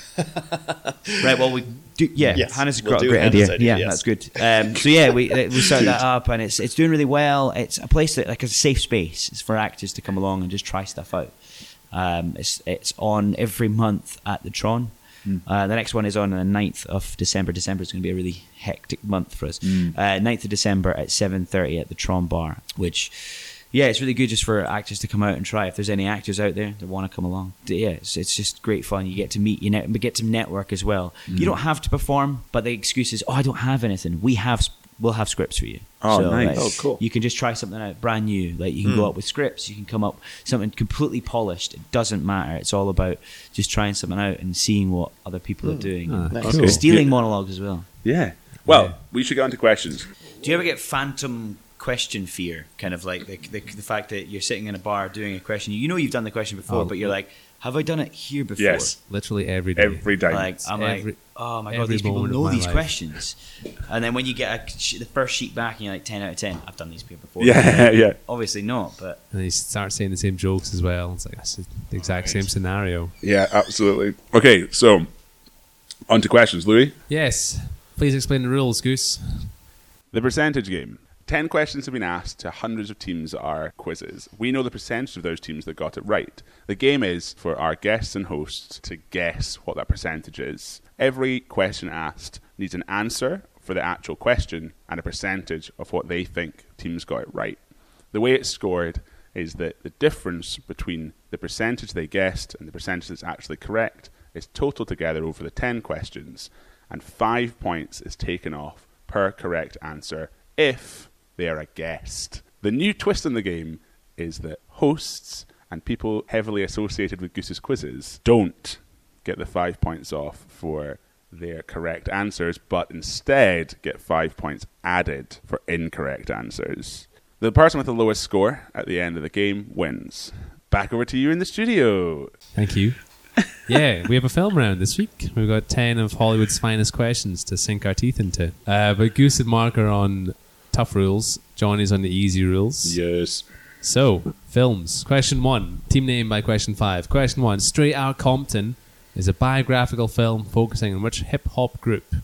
S4: Right. Well, we do. Yeah,
S1: Yes,
S4: Hannah's
S1: we'll
S4: got
S1: do
S4: a great
S1: Hannah's
S4: idea.
S1: idea,
S4: Yeah,
S1: yes.
S4: that's good. Um, so yeah, we uh, we started that up, and it's it's doing really well. It's a place that like a safe space. It's for actors to come along and just try stuff out. Um, it's it's on every month at the Tron.
S1: Hmm.
S4: Uh, the next one is on the 9th of December. December is going to be a really hectic month for us.
S1: Hmm.
S4: Uh, 9th of December at 7.30 at the Tron Bar, which, yeah, it's really good just for actors to come out and try. If there's any actors out there that want to come along, d- yeah, it's, it's just great fun. You get to meet, you, ne- get to network as well. You don't have to perform, but the excuse is, oh, I don't have anything. We have sp- we'll have scripts for you.
S3: Oh, nice.
S4: like,
S1: Oh, cool.
S4: You can just try something out brand new. Like you can go up with scripts, you can come up something completely polished. It doesn't matter. It's all about just trying something out and seeing what other people are doing.
S2: Ah,
S1: Nice.
S2: cool.
S1: Okay.
S4: Stealing
S3: Yeah.
S4: monologues as well.
S3: Yeah. Well, we should get on to questions.
S4: Do you ever get phantom question fear? Kind of like the, the, the fact that you're sitting in a bar doing a question. You know you've done the question before,
S2: Oh.
S4: but you're like, have I done it here before?
S3: Yes.
S2: Literally every day.
S3: Every day.
S4: Like I'm
S2: Every-
S4: like, oh my god,
S2: every
S4: these people
S2: moment of
S4: know
S2: my
S4: these
S2: life.
S4: questions. And then when you get a, sh- the first sheet back, and you're like, ten out of ten. I've done these people before.
S3: yeah, yeah.
S4: obviously not, but
S2: And they start saying the same jokes as well. It's like, that's the the exact same scenario.
S3: Yeah, absolutely. Okay, so on to questions, Louis.
S2: Yes. Please explain the rules, Goose.
S3: The percentage game. 10 questions have been asked to hundreds of teams at our quizzes. We know the percentage of those teams that got it right. The game is for our guests and hosts to guess what that percentage is. Every question asked needs an answer for the actual question and a percentage of what they think teams got it right. The way it's scored is that the difference between the percentage they guessed and the percentage that's actually correct is totaled together over the 10 questions, and 5 points is taken off per correct answer if they are a guest. The new twist in the game is that hosts and people heavily associated with Goose's quizzes don't get the 5 points off for their correct answers, but instead get 5 points added for incorrect answers. The person with the lowest score at the end of the game wins. Back over to you in the studio.
S2: Thank you. yeah, we have a film round this week. We've got 10 of Hollywood's finest questions to sink our teeth into. Uh, but Goose and Mark are on tough rules. Johnny's on the easy rules.
S3: Yes.
S2: So, films. Question one. Team name by question five. Question one. Straight Out Compton is a biographical film focusing on which hip hop group?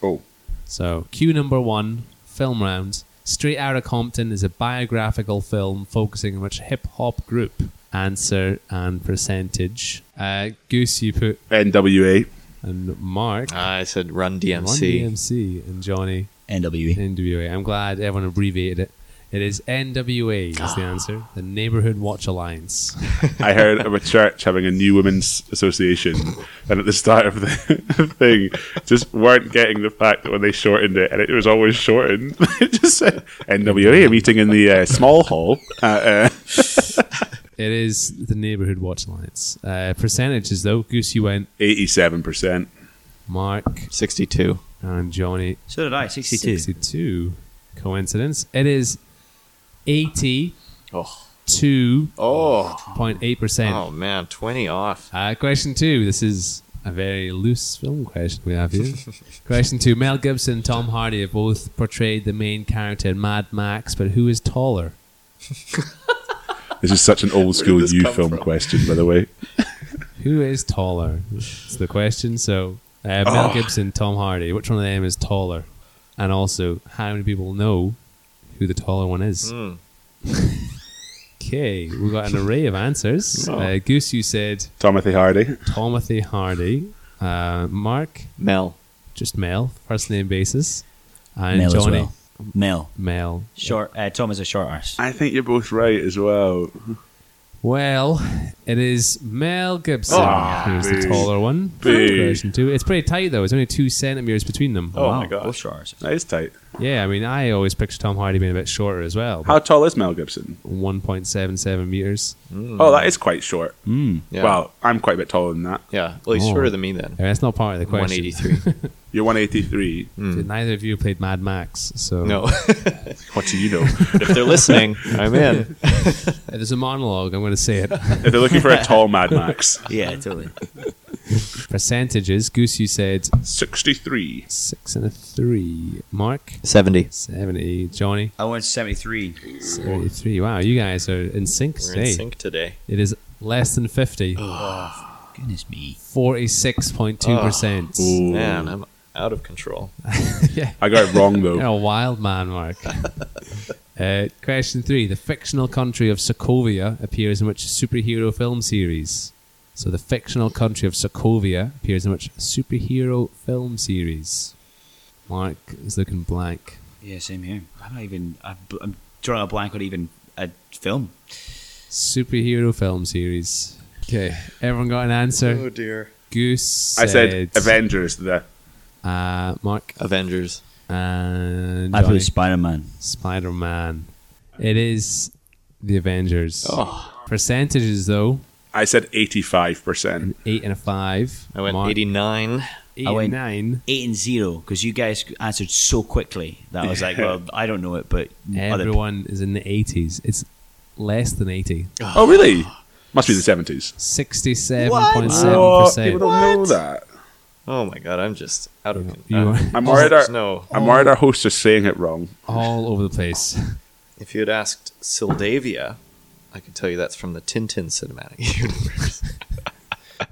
S3: Oh.
S2: So, cue number one, film round. Straight Outta Compton is a biographical film focusing on which hip hop group? Answer and percentage. Uh, Goose, you put,
S3: NWA.
S2: and Mark.
S1: I said Run
S2: Run
S1: DMC.
S2: DMC and Johnny,
S4: NWE.
S2: NWA. I'm glad everyone abbreviated it. It is NWA is the answer. The Neighborhood Watch Alliance.
S3: I heard of a church having a new women's association, and at the start of the thing, just weren't getting the fact that when they shortened it, and it was always shortened, it just said NWA meeting in the uh, small hall. Uh, uh,
S2: It is the Neighborhood Watch Alliance. Uh, percentages, though. Goose, you went
S3: 87%.
S2: Mark
S1: 62.
S2: and Johnny.
S4: So did I. Sixty-two.
S2: 62. Coincidence. It is 82.8%.
S1: Oh. Oh. Oh, man. 20 off.
S2: Uh, question two. This is a very loose film question we have here. question two. Mel Gibson and Tom Hardy have both portrayed the main character in Mad Max, but who is taller?
S3: This is such an old school
S1: this
S3: you
S1: come
S3: film
S1: from?
S3: question, by the way.
S2: Who is taller? It's the question. So, uh, Mel
S3: Oh.
S2: Gibson, Tom Hardy. Which one of them is taller? And also, how many people know who the taller one is?
S3: Hmm.
S1: Mm.
S2: Okay, we've got an array of answers.
S3: Oh.
S2: Uh, Goose, you said
S3: Timothy Hardy.
S2: Tomothy Hardy. Uh, Mark,
S1: Mel.
S2: just Mel, first name basis. And
S4: Mel
S2: Johnny,
S4: as well. Mel.
S2: Mel.
S4: Short. Uh, Tom is a short arse.
S3: I think you're both right as well.
S2: Well, it is Mel Gibson
S3: Ah,
S2: who's the
S3: boo.
S2: taller one.
S3: Boo.
S2: Version two. It's pretty tight though. It's only two centimeters between them.
S3: Oh my
S4: Both
S3: gosh.
S4: short arses.
S3: That is tight.
S2: Yeah, I mean, I always picture Tom Hardy being a bit shorter as well.
S3: How tall is Mel Gibson?
S2: 1.77 meters.
S3: Oh, that is quite short.
S1: Yeah.
S3: Well, I'm quite a bit taller than that.
S1: Yeah. Well, he's
S2: Oh.
S1: shorter than me then.
S2: I mean, that's not part of the question.
S1: 183.
S3: You're 183.
S2: Neither of you played Mad Max, so
S1: Hmm.
S2: uh,
S1: no.
S3: What do you know?
S1: if they're listening, I'm in.
S2: If there's a monologue. I'm going to say it.
S3: if they're looking for a tall Mad Max,
S4: Yeah, totally.
S2: Percentages. Goose, you said
S3: 63.
S2: six and a three. Mark
S1: 70.
S2: seventy. Johnny
S4: I went seventy-three.
S2: seventy-three. Wow, you guys are in sync
S1: We're
S2: today.
S1: in sync today.
S2: It is less than fifty.
S4: Goodness me.
S2: Forty-six point two percent.
S3: Ooh.
S1: Man, I'm out of control.
S2: Yeah.
S3: I got it wrong,
S2: You're
S3: though.
S2: a wild man, Mark. uh, question three: The fictional country of Sokovia appears in which superhero film series? So, the fictional country of Sokovia appears in which superhero film series? Mark is looking blank.
S4: Yeah, same here. I'm not even. I'm, I'm drawing a blank on even a film.
S2: Superhero film series. Okay, everyone got an answer.
S1: dear.
S2: Goose.
S3: I said Avengers, the
S2: Uh, Mark
S1: Avengers.
S2: And
S4: I
S2: Johnny.
S4: put Spider Man.
S2: Spider Man. It is the Avengers.
S1: Oh.
S2: Percentages though,
S3: I said 85%.
S2: eight and a five.
S1: I went
S2: Mark,
S1: 89.
S2: eight
S4: I went-
S2: and nine.
S4: Eight and zero because you guys answered so quickly that I was like, well, I don't know it, but other people.
S2: Everyone is in the eighties. It's less than eighty.
S3: Oh, really? Must be the 70s.
S2: Sixty-seven point seven
S3: What?
S2: percent.
S3: People don't know that.
S1: Oh my god, I'm just out of
S2: You
S1: uh,
S2: are
S3: I'm
S1: Oh,
S3: worried, our,
S1: no.
S3: I'm worried our host is saying it wrong.
S2: all over the place.
S1: If you had asked Sildavia, I could tell you that's from the Tintin cinematic universe,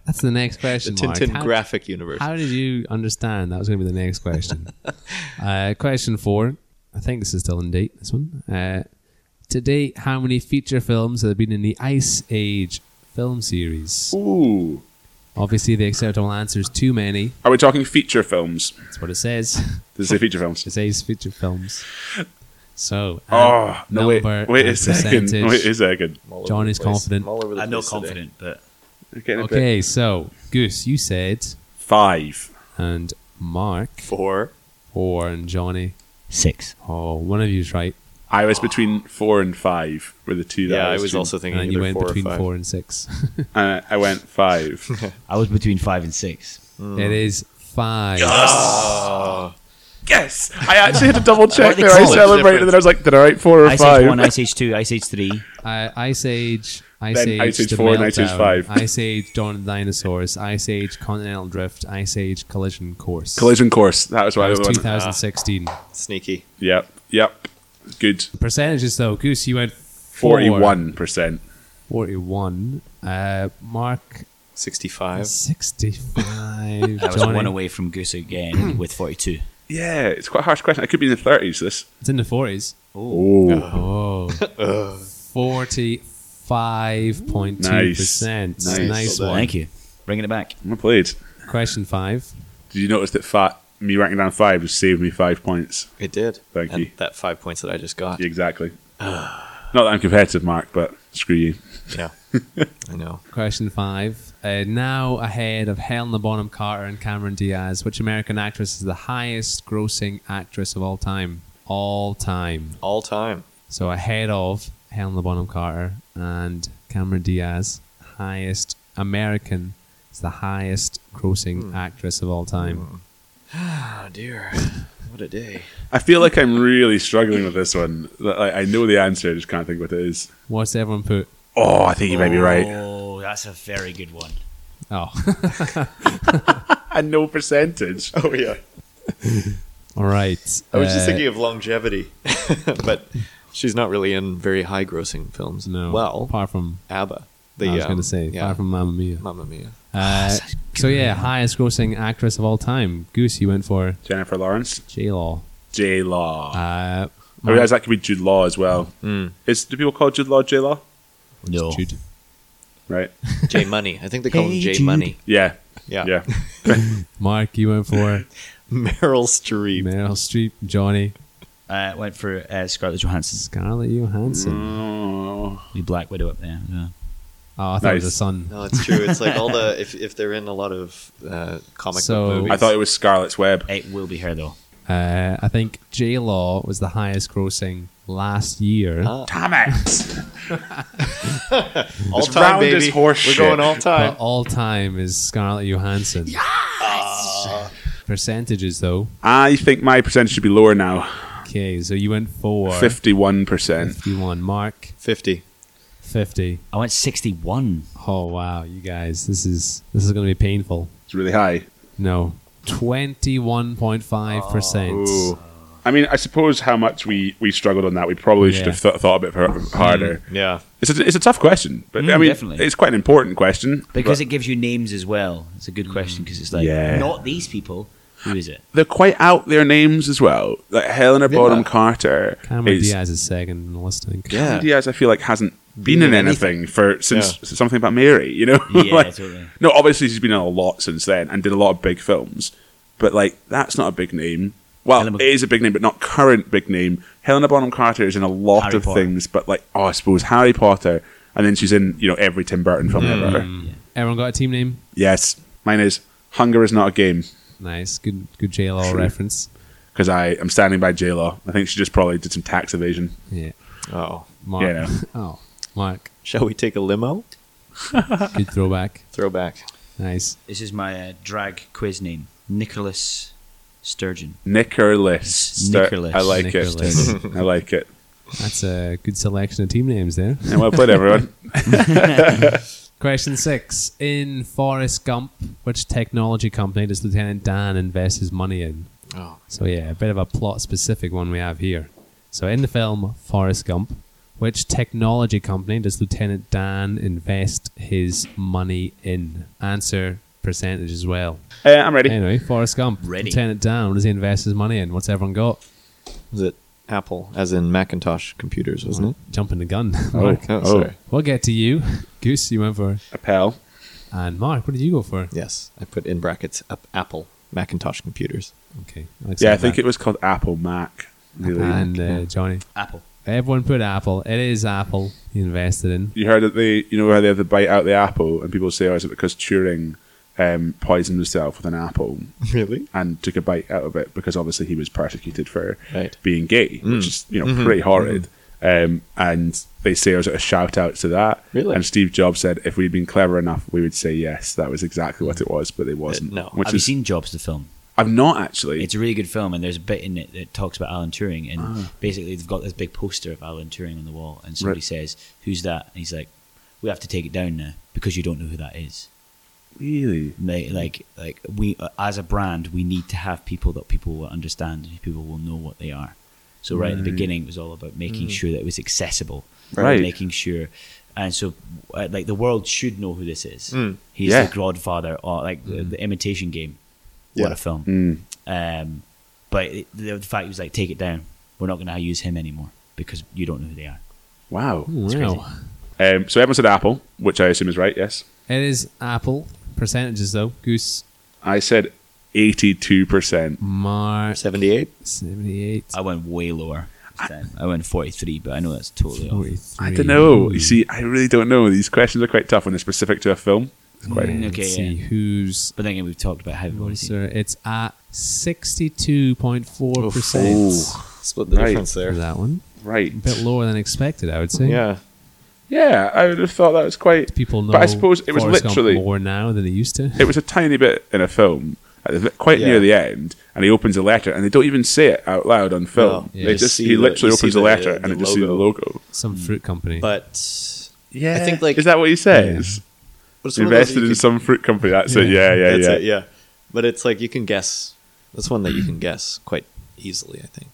S2: That's the next
S1: the
S2: question. Mark.
S1: Tintin
S2: How-
S1: graphic universe.
S2: How did you understand that was going to be the next question? uh, question four. I think this is still in date. This one. Uh, to date, how many feature films have been in the Ice Age film series?
S3: Ooh.
S2: Obviously, the acceptable answer is too many.
S3: Are we talking feature films?
S2: That's what it says.
S3: Does it say feature films?
S2: it says feature films. So,
S3: Oh,
S2: uh,
S3: no, wait.
S2: number
S3: Wait a
S2: and
S3: second.
S2: percentage.
S3: Wait a second.
S1: I'm all over
S2: John
S1: the
S2: is
S1: place.
S2: confident.
S1: I'm all over the
S4: I'm not
S1: place today.
S4: confident, but
S3: We're getting a bit-
S2: Okay, so Goose, you said,
S3: Five.
S2: and Mark
S1: Four.
S2: or and Johnny.
S4: six.
S2: Oh, one of you's right.
S3: I was between four and five were the two that
S1: Yeah, I was
S3: between.
S1: also
S2: And
S1: thinking
S2: then you
S1: either
S2: went
S1: four
S2: between
S1: or five.
S2: four and six.
S3: And I I went five.
S4: I was between five and six.
S3: Mm.
S2: It is five.
S3: yes, I actually had to double check
S4: What do they
S3: there. I
S4: call it?
S3: celebrated, and then I was like, "Did I write four or
S4: Ice
S3: five?
S4: Age one, Ice Age two, Ice Age three.
S2: Uh, Ice Age, Ice
S3: Then
S2: Age,
S3: Ice Age
S2: The
S3: 4 and Ice Age
S2: Meltdown,
S3: 5.
S2: Ice Age, Dawn of the Dinosaurs, Ice Age, Continental Drift, Ice Age, Collision Course.
S3: Collision course. That was
S2: That
S3: why I
S2: was
S3: went.
S2: 2016.
S1: Sneaky.
S3: Yep, yep. Good.
S2: Percentages though, Goose, you went four,
S3: Forty-one percent.
S2: 41. Uh, Mark,
S1: 65.
S2: 65.
S4: I was
S2: Johnny,
S4: one away from Goose again with forty two.
S3: Yeah, it's quite a harsh question. I could be in the thirties. This.
S2: It's in the 40s.
S3: Oh,
S2: Oh. 45.2%.
S3: Nice.
S2: Nice,
S3: Nice.
S2: one.
S4: Thank you. Bringing it back.
S3: I played.
S2: Question five.
S3: Did you notice that fat me ranking down five has saved me five points?
S1: It did.
S3: Thank
S1: And
S3: you.
S1: That five points that I just got.
S3: Yeah, exactly. Not that I'm competitive, Mark, but screw you.
S1: Yeah. I know.
S2: Question five. Uh, now ahead of Helena Bonham Carter and Cameron Diaz, which American actress is the highest grossing actress of all time? All time.
S1: All time.
S2: So ahead of Helena Bonham Carter and Cameron Diaz, highest American is the highest grossing actress of all time.
S1: Oh, dear. What a day.
S3: I feel like I'm really struggling with this one. Like, I know the answer, I just can't think what it is.
S2: What's everyone put?
S3: Oh, I think you may be right.
S4: Oh, that's a very good one.
S2: Oh,
S3: And no percentage.
S1: Oh, yeah.
S2: all right.
S1: I was
S2: Uh,
S1: just thinking of longevity, but she's not really in very high grossing films.
S2: No.
S1: Well,
S2: apart from
S1: ABBA. The,
S2: I was
S1: um,
S2: going to say,
S1: yeah,
S2: apart from Mamma Mia.
S1: Mamma Mia.
S2: Uh, so yeah, highest grossing actress of all time. Goose, you went for
S3: Jennifer Lawrence,
S2: J Law.
S3: J Law.
S2: Uh,
S3: I realize that could be Jude Law as well. Is do people call Jude Law J Law?
S4: No.
S2: Jude.
S3: Right?
S1: J Money. I think they call
S4: Hey,
S1: him J
S4: Jude.
S1: Money.
S3: Yeah,
S1: Yeah.
S3: yeah.
S2: Mark, you went for
S1: Meryl Streep.
S2: Meryl Streep. Johnny,
S4: Uh, went for uh, Scarlett Johansson.
S2: Scarlett Johansson.
S1: Mm.
S3: Oh.
S4: The Black Widow up there. Yeah.
S2: Oh, I thought it was
S3: Nice.
S2: the son.
S1: No, it's true. It's like all the if, if they're in a lot of uh, comic
S2: So-
S1: book movies.
S3: I thought it was Scarlet's Web.
S4: It will be her though.
S2: Uh, I think J Law was the highest grossing last year.
S1: Ah,
S3: Damn it!
S1: all
S3: This round is horse
S1: We're
S3: shit.
S1: going all time.
S2: But all time is Scarlett Johansson. Percentages though.
S3: I think my percentage should be lower now.
S2: Okay, so you went for
S3: Fifty-one percent.
S2: 51. Mark,
S1: Fifty.
S2: 50.
S4: I went sixty one.
S2: Oh wow, you guys, this is this is going to be painful.
S3: It's really high.
S2: No. 21.5%.
S3: Oh. Ooh. I mean, I suppose how much we, we struggled on that. We probably should
S2: Yeah.
S3: have th- thought a bit har- harder.
S1: Yeah.
S3: It's a, it's a tough question, but
S4: Mm,
S3: I mean,
S4: definitely.
S3: it's quite an important question.
S4: Because
S3: but
S4: it gives you names as well. It's a good question because it's like
S3: Yeah.
S4: not these people. Who is it?
S3: they're quite out there names as well. Like Helena Bonham Carter
S2: Cameron
S3: is
S2: Diaz is second in the list, I think.
S3: Cameron Diaz. I feel like hasn't been in anything, for since something about Mary. You know,
S4: Yeah,
S3: Like,
S4: totally.
S3: no, obviously she's been in a lot since then and did a lot of big films, but like that's not a big name. Well,
S4: Helena-
S3: it is a big name, but not current big name. Helena Bonham Carter is in a lot
S4: Harry
S3: of
S4: Potter.
S3: things, but like oh, I suppose Harry Potter, and then she's in you know every Tim Burton film ever.
S2: Everyone got a team name?
S3: Yes, mine is Hunger is not a game.
S2: Nice. Good good JLL
S3: True.
S2: reference.
S3: because I am standing by J Law. I think she just probably did some tax evasion.
S2: Yeah.
S1: Oh,
S2: Mark.
S3: Yeah, no.
S2: Oh, Mark.
S1: shall we take a limo?
S2: Good throwback.
S1: Throwback.
S2: Nice.
S4: This is my uh, drag quiz name, Nicholas Sturgeon.
S3: Nicholas. Ster-
S4: Nicholas.
S3: I like
S2: Nicholas.
S3: it. I like it.
S2: That's a good selection of team names there.
S3: Yeah, well played, everyone.
S2: Question six. In Forrest Gump, which technology company does Lieutenant Dan invest his money in?
S1: Oh,
S2: So, yeah, a bit of a plot specific one we have here. So, in the film Forrest Gump, which technology company does Lieutenant Dan invest his money in? Answer percentage as well.
S3: Uh, I'm ready.
S2: Anyway, Forrest Gump,
S4: Ready.
S2: Lieutenant Dan, what does he invest his money in? What's everyone got?
S1: was it Apple, as in Macintosh computers, wasn't it?
S2: Jumping the gun.
S3: Hmm? Oh,
S2: Mark.
S1: Oh,
S3: oh,
S1: sorry.
S2: We'll get to you. Goose, you went for.
S3: a pal.
S2: And Mark, what did you go for?
S1: Yes, I put in brackets up Apple Macintosh computers.
S2: Okay.
S3: Yeah, I think it was called Apple Mac. Really.
S2: And uh, Johnny.
S4: Apple.
S2: Everyone put Apple. It is Apple he invested in.
S3: you heard that they, you know, how they have to bite out the apple, and people say, "Oh, is it because Turing um, poisoned himself with an apple
S1: Really?
S3: and took a bite out of it?" Because obviously he was persecuted for
S1: Right.
S3: being gay, which is you know pretty horrid. Um, and they say, "Oh, is it a shout out to that?"
S1: Really?
S3: And Steve Jobs said, "If we'd been clever enough, we would say yes. That was exactly what it was, but it wasn't."
S1: no.
S3: which
S4: Mm. Have you
S3: is
S4: seen Jobs the film?
S3: I've not actually.
S4: It's a really good film, and there's a bit in it that talks about Alan Turing, and basically they've got this big poster of Alan Turing on the wall, and somebody
S3: Ah. Right.
S4: says, "Who's that?" And he's like, "We have to take it down now because you don't know who that is."
S3: really
S4: And They, like, like we uh, as a brand, we need to have people that people will understand and people will know what they are. So right, at the beginning, it was all about making sure that it was accessible,
S3: Hmm. Right.
S4: Making sure, and so uh, like the world should know who this is. He's
S3: Hmm. Yeah. Hmm.
S4: the Godfather, or like the, the Imitation Game. What
S1: Yeah.
S4: a film!
S3: Mm.
S4: Um, but it, the, the fact he was like, take it down. We're not going to use him anymore because you don't know who they are.
S3: wow.
S2: Wow.
S3: Um, so everyone said Apple, which I assume is right. Yes,
S2: It is Apple. Percentages, though. Goose,
S3: I said eighty-two percent.
S2: Mark,
S1: 78?
S2: 78.
S4: I went way lower. this time. I went 43, but I know that's totally off.
S2: 43.
S3: I don't know.
S2: Ooh.
S3: You see, I really don't know. These questions are quite tough when they're specific to a film. It's quite.
S2: Yeah,
S4: Okay,
S2: let's see
S4: yeah.
S2: who's.
S4: But then again, we've talked about how we've already seen.
S2: Sir, it's at 62.4%
S3: Oof.
S1: Split the
S3: Right.
S1: difference
S2: for
S1: there.
S2: that one.
S3: Right.
S2: A bit lower than expected, I would say.
S1: Yeah.
S3: Yeah, I would have thought that was quite.
S2: People know
S3: But I suppose it was
S2: Forrest Gump
S3: literally.
S2: more now than it used to.
S3: It was a tiny bit in a film, at the- quite
S1: Yeah.
S3: near the end, and he opens a letter, and they don't even say it out loud on film.
S1: No, you
S3: they
S1: just
S3: just
S1: see
S3: he
S1: the-
S3: literally
S1: you see
S3: opens the
S1: the-
S3: letter,
S1: the
S3: and it just sees the
S1: logo.
S3: logo.
S2: Some fruit company.
S1: But
S3: Yeah,
S1: I think, like-
S3: is that what he says?
S1: but it's one of those that
S3: Invested
S1: you
S3: in
S1: could-
S3: some fruit company. That's it. Yeah, yeah,
S1: that's
S3: yeah.
S1: it, yeah. But it's like you can guess. That's one that you can guess quite easily, I think.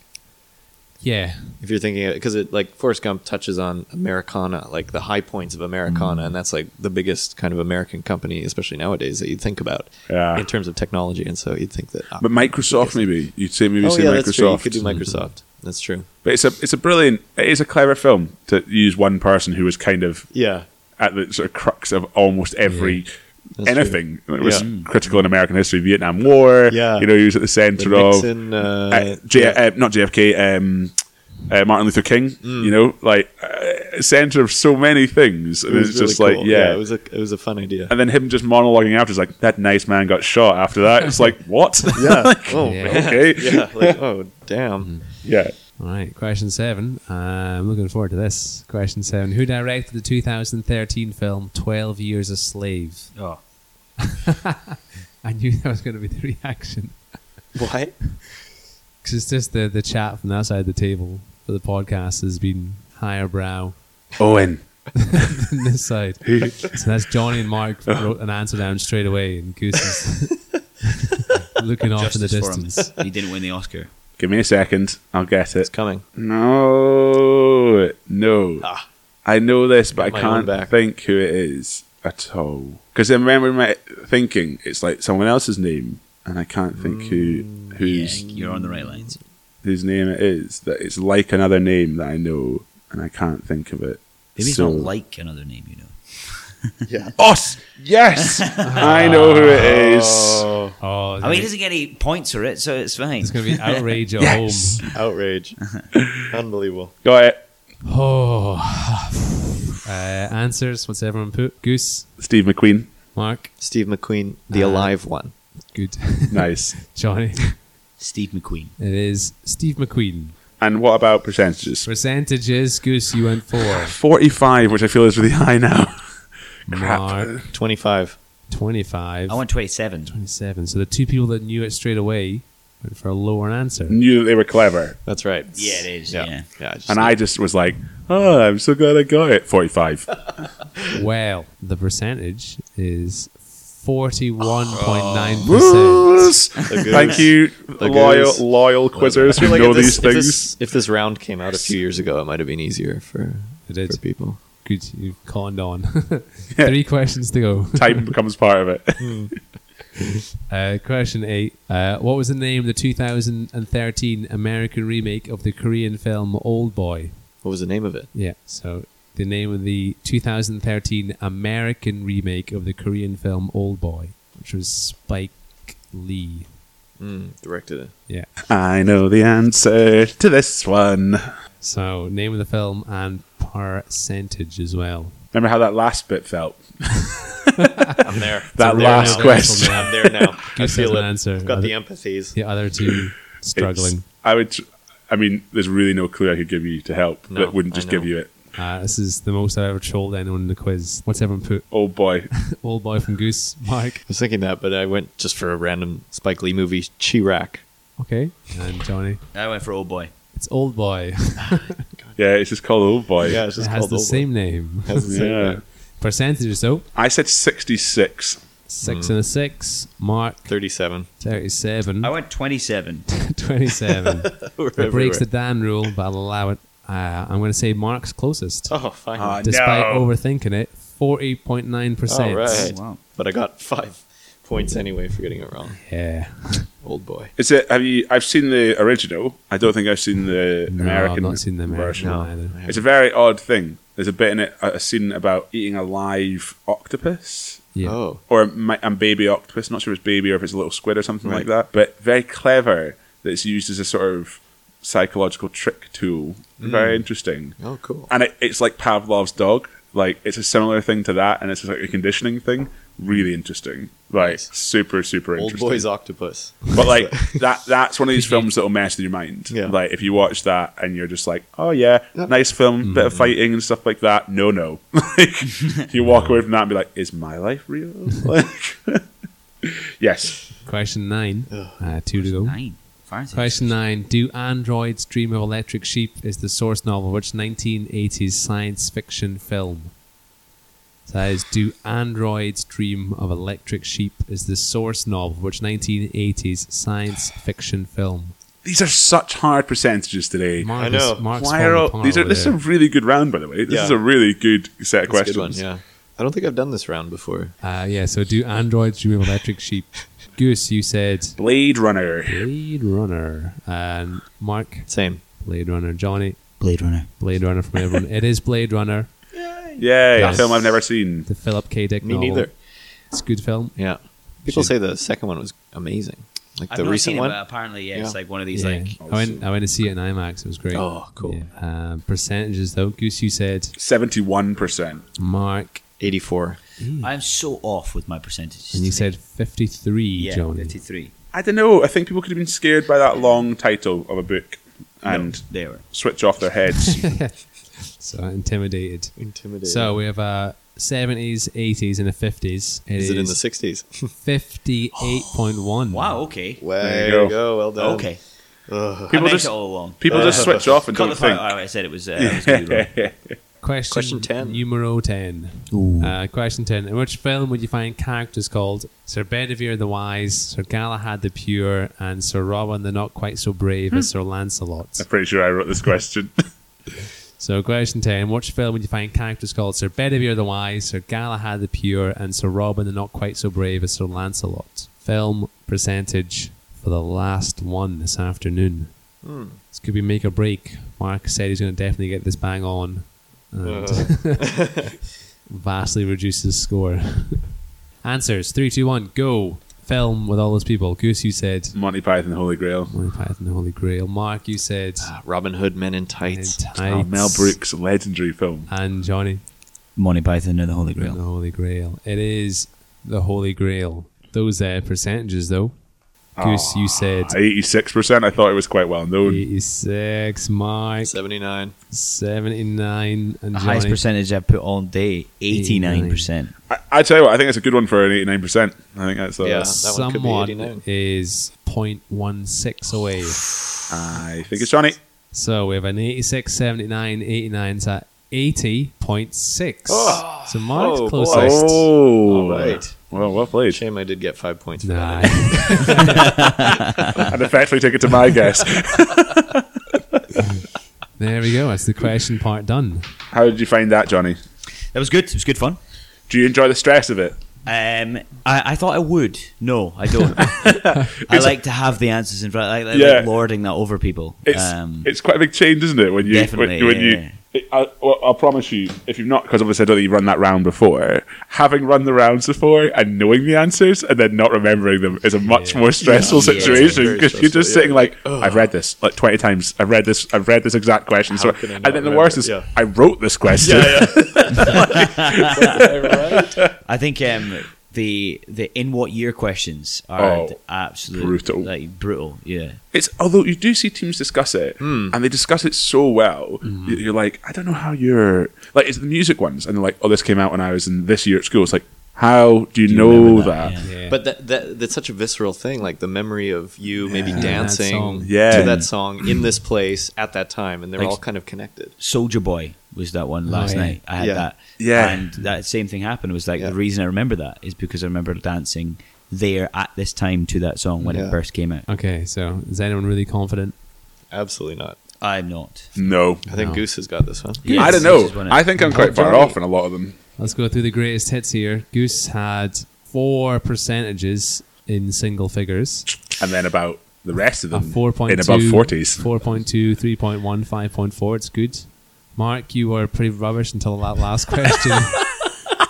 S2: yeah.
S1: If you're thinking of because it like Forrest Gump touches on Americana, like the high points of Americana,
S3: Mm.
S1: and that's like the biggest kind of American company, especially nowadays, that you'd think about
S3: Yeah.
S1: in terms of technology. And so you'd think that. ah.
S3: But Microsoft, maybe you'd say maybe
S1: oh
S3: say
S1: yeah,
S3: Microsoft. Mm-hmm.
S1: that's true. You could do Microsoft. That's true.
S3: but it's a it's a brilliant. It is a clever film to use one person who was kind of
S1: Yeah,
S3: at the sort of crux of almost every
S1: That's
S3: anything. It was
S1: Yeah.
S3: critical in American history, Vietnam War.
S1: Yeah.
S3: you know, he was at the center
S1: The
S3: of
S1: Nixon, uh,
S3: uh, J-
S1: yeah.
S3: uh, not JFK, um, uh, Martin Luther King.
S1: Mm.
S3: You know, like uh, center of so many things, and
S1: It was
S3: it's just
S1: really
S3: like
S1: cool.
S3: yeah.
S1: it was a it was a fun idea.
S3: and then him just monologuing after, it's like that nice man got shot. After that, it's like what?
S1: Yeah. oh,
S2: Yeah.
S1: man.
S3: okay,
S1: yeah. Like, oh, damn.
S3: yeah.
S2: All right, question seven. Uh, I'm looking forward to this. Question seven. Who directed the 2013 film 12 Years a Slave?
S4: Oh,
S2: I knew that was going to be the reaction.
S1: What?
S2: Because it's just the, the chat from that side of the table for the podcast has been higher brow
S3: Owen.
S2: than this side. so that's Johnny and Mark wrote an answer down straight away, and Goose is looking off in the
S4: "Oh, justice for him.
S2: distance.
S4: He didn't win the Oscar.
S3: Give me a second. I'll get
S1: It's
S3: it.
S1: coming.
S3: No, no.
S1: Ah.
S3: I know this, but I
S1: Get my own
S3: can't
S1: back.
S3: think who it is at all. Because I remember my thinking it's like someone else's name, and I can't think
S1: Mm,
S3: who
S4: Yeah,
S3: whose
S4: you're on the right lines.
S3: whose name it is. That it's like another name that I know, and I can't think of it.
S4: Maybe it's
S3: So-
S4: not like another name, you know.
S3: Us. Yes, I know who it is.
S1: Oh,
S2: Oh,
S4: I mean, he doesn't get any points for it, so it's fine.
S2: it's going to be outrage at
S3: Yes.
S2: home.
S1: outrage! Unbelievable.
S3: Got it.
S2: Oh. Uh, answers. What's everyone put? Goose,
S3: Steve McQueen.
S2: Mark,
S1: Steve McQueen, the
S2: Uh,
S1: alive one.
S2: good.
S3: Nice.
S2: Johnny,
S4: Steve McQueen.
S2: It is Steve McQueen.
S3: And what about percentages?
S2: Percentages, Goose, you went for
S3: 45, which I feel is really high now. Crap.
S2: Mark
S1: 25.
S2: 25.
S4: I went 27.
S2: 27. So the two people that knew it straight away went for a lower answer.
S3: Knew that they were clever.
S1: That's right.
S4: Yeah, it is, yeah.
S1: yeah I just-
S3: And I just was like, oh, I'm so glad I got it. 45.
S2: Well, the percentage is 41.9%.
S3: Wooz!
S1: The goose.
S3: Thank you,
S1: The
S3: loyal,
S1: goose.
S3: loyal quizzers who know
S1: if this,
S3: these
S1: if,
S3: things.
S1: this, if this round came out a few years ago, it might have been easier for,
S2: It is.
S1: for people.
S2: Good, you've conned on. Three questions to go.
S3: Time becomes part of it.
S2: Uh, question eight. Uh, what was the name of the 2013 American remake of the Korean film Old Boy?
S1: What was the name of it?
S2: Yeah, so the name of the 2013 American remake of the Korean film Old Boy, which was Spike Lee.
S1: Mm, directed.
S2: Yeah.
S3: I know the answer to this one.
S2: So, name of the film and percentage as well.
S3: Remember how that last bit felt?
S1: I'm there.
S3: That
S1: I'm there
S3: last
S1: now.
S3: question.
S1: I'm there now. I
S2: Goose has
S1: feel
S2: an
S1: it.
S2: answer. Uh,
S1: I've got the
S2: Other-
S1: empathies.
S2: The other two struggling.
S3: It's- I would. tr- I mean, there's really no clue I could give you to help
S1: No,
S3: that wouldn't
S1: I
S3: just
S1: know.
S3: give you it.
S2: Uh, this is the most I've ever trolled anyone in the quiz. What's everyone put?
S3: Oh boy,
S2: Old boy from Goose, Mike.
S1: I was thinking that, but I went just for a random Spike Lee movie, Chirac.
S2: Okay. And Johnny.
S4: I went for Old Boy.
S2: It's Old Boy.
S3: yeah, it's just called Oh boy.
S1: Yeah, it's
S2: it
S1: just
S2: has
S1: called
S2: the
S1: Old Boy.
S2: same name.
S1: Has the same
S3: Yeah.
S1: name.
S2: Percentages, though.
S3: I said 66.
S1: Mm.
S2: Six and a six. Mark,
S1: 37.
S2: 37.
S4: I went 27.
S2: 27.
S1: We're
S2: It breaks the
S1: everywhere.
S2: Dan rule, but I'll allow it. Uh, I'm going to say Mark's closest.
S1: Oh, fine.
S3: Ah,
S2: Despite
S3: no.
S2: overthinking it, 48.9%.
S1: All right.
S4: wow.
S1: But I got five points anyway for getting it wrong.
S2: Yeah.
S1: Old boy.
S3: Is it? Have you? I've seen the original. I don't think I've seen the
S2: No,
S3: American.
S2: I've not seen the American
S3: version.
S1: No.
S2: one either.
S3: It's a very odd thing. There's a bit in it, a scene about eating a live octopus.
S2: Yeah.
S1: Oh.
S3: or a, mi- a baby octopus. Not sure if it's baby or if it's a little squid or something like that. But very clever that it's used as a sort of psychological trick tool.
S1: Mm.
S3: Very interesting.
S1: Oh, cool.
S4: Ah,
S3: And it, it's like Pavlov's dog. Like it's a similar thing to that, and it's just like a conditioning thing. Really interesting. Like
S1: Nice.
S3: super super
S1: Old
S3: interesting.
S1: boy's octopus.
S3: But like that that's one of these films that'll mess with your mind.
S1: Yeah.
S3: Like if you watch that and you're just like, Oh yeah,
S1: Yep.
S3: nice film,
S2: Mm-hmm.
S3: bit of fighting and stuff like that. No no. like you walk away from that and be like, Is my life real? like Yes.
S2: Question nine.
S1: Ugh.
S2: Uh, two to go.
S4: Nine. Fancy.
S2: Question nine: Do androids dream of electric sheep? Is the source novel which 1980s science fiction film? So that is: Do androids dream of electric sheep? Is the source novel which 1980s science fiction film?
S3: These are such hard percentages today.
S2: Mark
S1: I
S2: is-
S1: know.
S2: Mark's
S3: Why
S2: falling
S3: are all,
S2: apart
S3: these are
S2: over
S3: this is a
S2: there.
S3: really good round by the way. This
S1: Yeah.
S3: is a really good set of
S1: That's a
S3: questions.
S1: good one, yeah. I don't think I've done this round before.
S2: Uh, yeah. So do androids dream of electric sheep? Goose, you said
S3: Blade Runner.
S2: Blade Runner, and Mark
S1: Same.
S2: Blade Runner, Johnny
S4: Blade Runner.
S2: Blade Runner from everyone. it is Blade Runner,
S3: Yay,
S2: Yes.
S3: a film I've never seen.
S2: the Philip K. Dick
S1: Me
S2: novel.
S1: neither.
S2: It's a good film.
S1: Yeah. People
S2: Should-
S1: say the second one was amazing. Like
S4: I've
S1: the
S4: not
S1: recent
S4: seen it,
S1: one.
S4: but apparently, yeah,
S1: Yeah.
S4: it's like one of these,
S2: Yeah.
S4: like,
S2: I went I went to see it in IMAX. It was great.
S1: Oh, cool.
S2: Yeah. Um, percentages though, Goose, you said
S3: Seventy one percent.
S2: Mark,
S1: 84.
S4: I'm so off with my percentages.
S2: and you
S4: today.
S2: said fifty three,
S4: yeah,
S2: Johnny.
S4: 53.
S3: I don't know. I think people could have been scared by that long title of a book and
S4: They were.
S3: switch off their heads.
S2: So intimidated.
S1: Intimidating.
S2: So we have a seventies, eighties, and a fifties.
S1: is it in the 60s?
S2: fifty eight point one?
S4: Wow, okay.
S1: Way
S3: There you
S1: to
S3: go.
S1: go. Well done.
S4: Okay.
S1: Ugh.
S3: People
S4: I meant
S3: just-
S4: it all along. Uh,
S3: people just switch off and
S4: Cut
S3: don't
S4: the part
S3: think.
S4: out. I said it was, uh, it was gonna be wrong.
S2: Question,
S1: Question 10.
S2: Numero ten. Uh, question ten. In which film would you find characters called Sir Bedivere the Wise, Sir Galahad the Pure, and Sir Robin the Not Quite So Brave as Sir Lancelot?
S3: I'm pretty sure I wrote this question.
S2: So, question 10. Which film would you find characters called Sir Bedivere the Wise, Sir Galahad the Pure, and Sir Robin the Not Quite So Brave as Sir Lancelot? Film percentage for the last one this afternoon.
S1: Hmm.
S2: This could be make or break. Mark said he's going to definitely get this bang on. And vastly reduce his score. Answers 3, 2, 1, go. Film with all those people. Goose, you said.
S3: Monty Python, and the Holy Grail.
S2: Monty Python and the Holy Grail. Mark, you said.
S1: Uh, Robin Hood, Men in
S2: And
S1: Tights.
S3: Oh, Ah, Mel
S2: Tights.
S3: Brooks' legendary film.
S2: And Johnny.
S4: Monty Python and the Holy
S2: The Holy Grail. It is the Holy Grail. Those uh, percentages, though. Goose, you said
S3: Eighty-six percent. Ah, I thought it was quite well known.
S2: 86, Mike
S1: 79.
S2: 79, and
S5: The highest
S2: Johnny.
S5: percentage I've put all day, 89%.
S3: I, I tell you what, I think it's a good one for an eighty-nine percent. I think that's. Uh,
S1: Yeah. that one could be
S2: Someone
S1: 89.
S2: is 0.16 away.
S3: I think it's Johnny.
S2: So we have an 86, 79, 89, so 80.6. so
S1: oh,
S2: Mark's
S1: boy.
S2: closest.
S1: All
S3: Oh,
S1: right.
S3: Well, well played.
S1: Shame I did get five points. For that.
S2: Nah,
S3: I'd effectively take it to my guess.
S2: there we go. That's the question part done.
S3: How did you find that, Johnny?
S4: That was good. It was good fun.
S3: Do you enjoy the stress of it?
S4: Um, I, I thought I would. No, I don't. I like to have the answers in front. I, I
S3: Yeah.
S4: like lording that over people.
S3: It's
S4: um,
S3: it's quite a big change, isn't it? When you
S4: Definitely,
S3: when, when
S4: yeah.
S3: you. I, well, I'll promise you, if you've not, because obviously I don't think you've run that round before, having run the rounds before and knowing the answers and then not remembering them is a much more stressful
S1: Yeah, it's
S3: situation
S1: very
S3: because you're
S1: stressful,
S3: just
S1: yeah.
S3: sitting like, I've read this like 20 times. I've read this. I've read this exact question. so,
S1: could I
S3: and
S1: not
S3: then the worst
S1: remember? Yeah.
S3: is, I wrote this question.
S4: I think um, the the in what year questions are
S3: Oh,
S4: d- absolutely
S3: brutal.
S4: Like brutal. Yeah.
S3: It's although you do see teams discuss it, and they discuss it so well. y- You're like, I don't know how you're like. It's the music ones, and they're like, oh, this came out when I was in this year at school. It's like, how do you, know
S4: remember
S3: that?
S4: that?
S2: Yeah.
S1: But that, that that's such a visceral thing, like the memory of you maybe
S3: Yeah.
S2: That
S1: dancing
S2: song. Mm.
S3: Yeah.
S1: to that song in this place at that time, and they're
S4: Like-
S1: all kind of connected.
S4: Soldier Boy was that one last
S2: yeah.
S4: night. I had
S1: Yeah.
S4: that.
S3: Yeah.
S4: And that same thing happened. It was like
S1: Yeah.
S4: the reason I remember that is because I remember dancing there at this time to that song when
S1: Yeah.
S4: it first came out.
S2: okay, so is anyone really confident?
S1: Absolutely not.
S4: I'm not.
S3: No,
S1: I think
S4: No.
S1: Goose has got this one.
S4: Yeah,
S3: I
S4: this
S3: don't
S4: is when
S3: know.
S4: it-
S3: I think I'm quite far off in a lot of them.
S2: Let's go through the greatest hits here. Goose had four percentages in single figures.
S3: And then about the rest of
S2: A
S3: them
S2: 4.2,
S3: Um, in above forties.
S2: 4.2, 3.1, 5.4. It's good. Mark, you were pretty rubbish until that last question.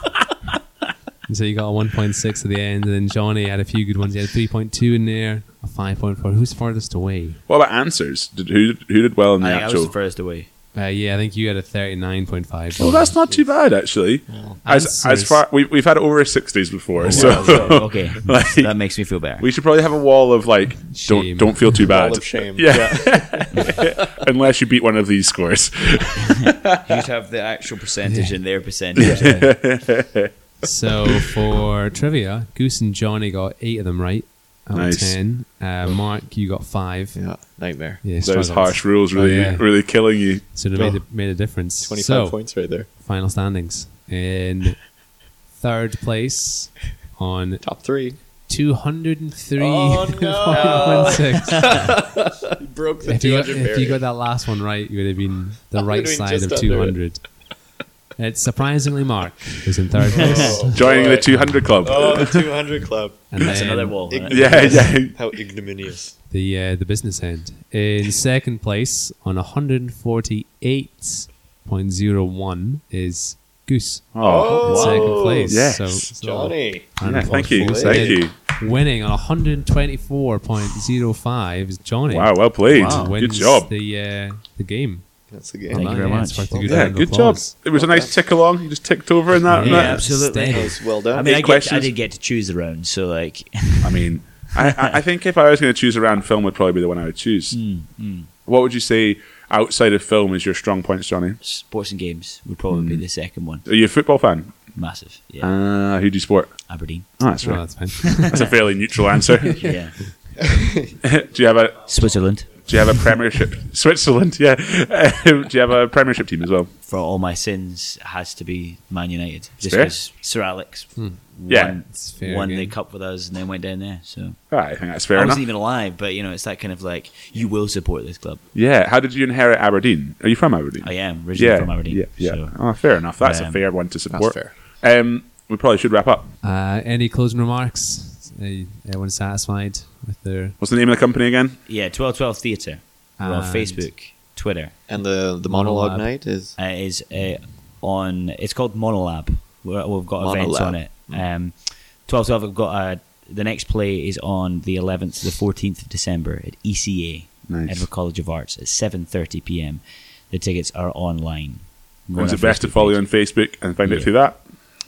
S2: And so you got a 1.6 at the end, and then Johnny had a few good ones. He had a 3.2 in there, a 5.4. Who's farthest away?
S3: What about answers? Did, who did- who did well in the
S4: I, I was
S3: actual?
S4: the first away.
S2: Uh, yeah, I think you had a 39.5.
S3: well, Oh, that's not too bad actually. As as
S2: Answers.
S3: far we, we've had over sixties before, so
S4: Yeah, so, okay.
S3: Like-
S4: that makes me feel better.
S3: We should probably have a wall of like
S2: Shame.
S3: don't don't feel too bad.
S1: Wall of shame.
S3: Yeah. Unless you beat one of these scores.
S4: You should have the actual percentage and their percentage.
S2: So for trivia, Goose and Johnny got eight of them right out
S3: Nice.
S2: of ten. Uh, Mark, you got five.
S1: Yeah, nightmare.
S2: Yeah,
S3: Those
S2: struggled.
S3: harsh rules really
S2: Oh, yeah.
S3: really killing you.
S2: So they
S3: Oh.
S2: made a, made a difference.
S1: 25
S2: so,
S1: points right there.
S2: Final standings in third place on
S1: Top three.
S2: two hundred and three
S1: Oh,
S2: point
S1: no.
S2: one six.
S1: You broke the
S2: If you
S1: 200
S2: got, if you got that last one right, you would have been the
S1: would
S2: right
S1: have been
S2: side
S1: just
S2: of
S1: under it.
S2: two hundred. It's surprisingly Mark who's in third place,
S3: Joining the 200 club.
S1: Oh, the 200 club.
S2: and
S4: That's
S2: then
S4: another wall.
S1: Ign-
S3: Yeah, yeah.
S1: How ignominious.
S2: the uh, the business end in second place on one hundred and forty eight point zero one is Goose.
S3: Oh.
S2: in second place.
S3: Yes.
S2: So, so
S1: Johnny.
S2: Oh.
S3: Yeah, thank you.
S2: unfortunately,
S3: Thank you.
S2: Winning on 124.05 is oh Johnny.
S3: Wow, well played.
S2: Who
S3: Good
S2: wins
S3: job.
S2: The uh, the game.
S1: That's the
S2: On
S1: game.
S4: Thank you
S2: that,
S4: very
S2: yeah,
S4: much.
S2: it's worth a
S1: Well
S2: good
S3: Yeah,
S2: round of
S3: good job. Uh,
S2: applause.
S3: It was a nice tick along. You just ticked over in that. in
S4: Yeah,
S3: that.
S4: absolutely.
S1: That
S2: Steady.
S1: was well done.
S4: I mean, I get, I
S3: questions.
S4: did get to choose the round, so like,
S3: I mean, I, I- I think if I was going to choose a round, film would probably be the one I would choose.
S2: Hmm,
S3: What would you say outside of film is your strong points, Johnny?
S4: sports and games would probably
S3: Hmm.
S4: be the second one.
S3: Are you a football fan?
S4: Massive, yeah.
S3: Ah, who do you support?
S4: Aberdeen,
S3: Oh, that's
S2: Oh,
S3: right.
S2: that's fine.
S3: That's a fairly neutral answer. do
S4: yeah.
S3: you have a
S4: Switzerland
S3: Do you have a Premiership? Switzerland, yeah. Um, do you have a Premiership team as well?
S4: for all my sins has to be Man United. Just
S3: fair.
S4: because Sir Alex
S3: Yeah,
S4: won,
S2: Hmm. It's fair
S4: won
S2: game.
S4: the cup with us and then went down there. So
S3: Ah, I think that's fair
S4: I
S3: enough.
S4: wasn't even alive, but you know, it's that kind of like you will support this club.
S3: yeah. How did you inherit Aberdeen? Are you from Aberdeen?
S4: I am Oh, originally
S3: yeah,
S4: from Aberdeen.
S3: yeah, yeah.
S4: So.
S3: Oh, fair enough. That's a
S4: Um,
S3: fair one to support.
S1: fair.
S3: Um, we probably should wrap up.
S2: Uh, any closing remarks? Uh, everyone satisfied with their
S3: What's the name of the company again?
S4: Yeah, twelve twelve theatre. We're on
S2: And-
S4: Facebook, Twitter.
S1: And the, the monologue
S2: Monologue.
S1: night is.
S4: Uh, is uh, on. It's called Monolab. We're, we've got events
S1: Monolab.
S4: on it. Um, twelve twelve. I've got uh, the next play is on the eleventh to the fourteenth of December at ECA
S3: Nice.
S4: Edinburgh College of Arts at seven thirty p.m. The tickets are online. Go on
S3: Is
S4: our
S3: it best to
S4: Facebook
S3: follow
S4: page.
S3: you on Facebook and find it
S4: Yeah.
S3: through that?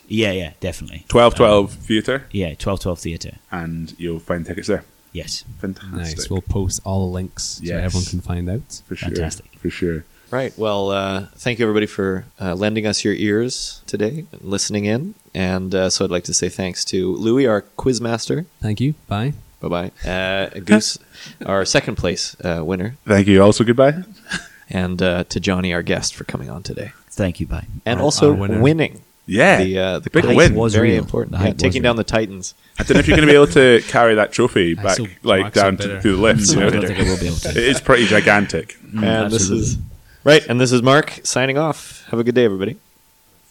S4: Yeah, yeah, definitely.
S3: Twelve Twelve Theatre,
S4: Yeah, twelve twelve theatre.
S3: and you'll find tickets there.
S4: Yes.
S3: Fantastic.
S2: Nice. We'll post all the links so
S3: Yes.
S2: everyone can find out.
S3: for sure.
S4: Fantastic.
S3: For sure.
S1: Right. Well, uh, thank you everybody for uh, lending us your ears today, and listening in, and uh, so I'd like to say thanks to Louis, our quizmaster.
S2: Thank you. Bye.
S1: Bye bye. Uh, Goose, our second place uh, winner,
S3: Thank you. Also, goodbye.
S1: and uh, to Johnny, our guest, for coming on today,
S4: Thank you. Bye.
S1: and
S2: Our-
S1: also
S2: our winner.
S1: winning.
S3: Yeah.
S1: the uh, the
S3: Big
S1: Titans.
S3: win.
S4: Was
S1: very
S4: real.
S1: important.
S4: The
S1: Yeah,
S4: hype was
S1: taking down the
S4: real.
S1: Titans.
S3: I don't know if you're going to be able to carry that trophy
S2: I
S3: back,
S2: still-
S3: like
S2: Mark's so
S3: down to,
S2: bitter.
S3: to the lift. You
S4: I don't
S3: know?
S4: think I will be able
S3: it
S4: to.
S3: is pretty gigantic.
S1: and this is right. And this is Mark signing off. Have a good day, everybody.